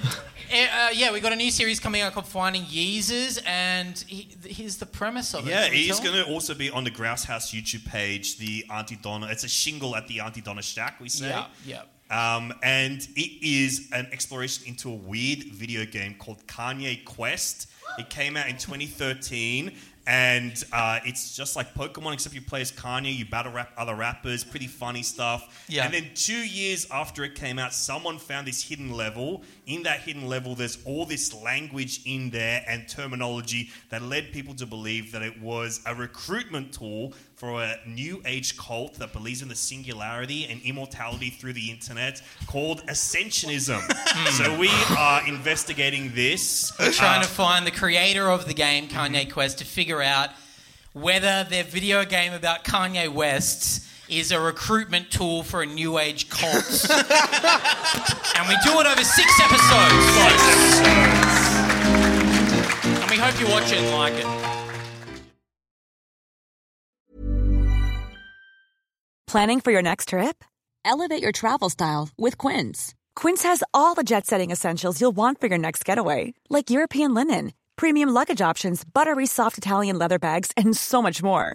Speaker 11: eh, uh, yeah, we got a new series coming out called Finding Yeezers, and he, here's the premise of it.
Speaker 10: Yeah,
Speaker 11: Shall we
Speaker 10: he's
Speaker 11: tell 'em?
Speaker 10: going to also be on the Grouse House YouTube page, the Auntie Donna. It's a shingle at the Auntie Donna shack, we say.
Speaker 11: Yeah, yeah.
Speaker 10: Um, and it is an exploration into a weird video game called Kanye Quest. It came out in 2013, and uh, it's just like Pokemon, except you play as Kanye, you battle rap other rappers, pretty funny stuff.
Speaker 11: Yeah.
Speaker 10: And then two years after it came out, someone found this hidden level. In that hidden level, there's all this language in there and terminology that led people to believe that it was a recruitment tool for a new age cult that believes in the singularity and immortality through the internet called ascensionism. so we are investigating this.
Speaker 11: Hmm. trying
Speaker 10: Uh,
Speaker 11: to find the creator of the game, Kanye Quest, to figure out whether their video game about Kanye West is a recruitment tool for a new age cult. and we do it over six episodes. And we hope you watch it and like it.
Speaker 13: Planning for your next trip? Elevate your travel style with Quince. Quince has all the jet setting essentials you'll want for your next getaway, like European linen, premium luggage options, buttery soft Italian leather bags, and so much more.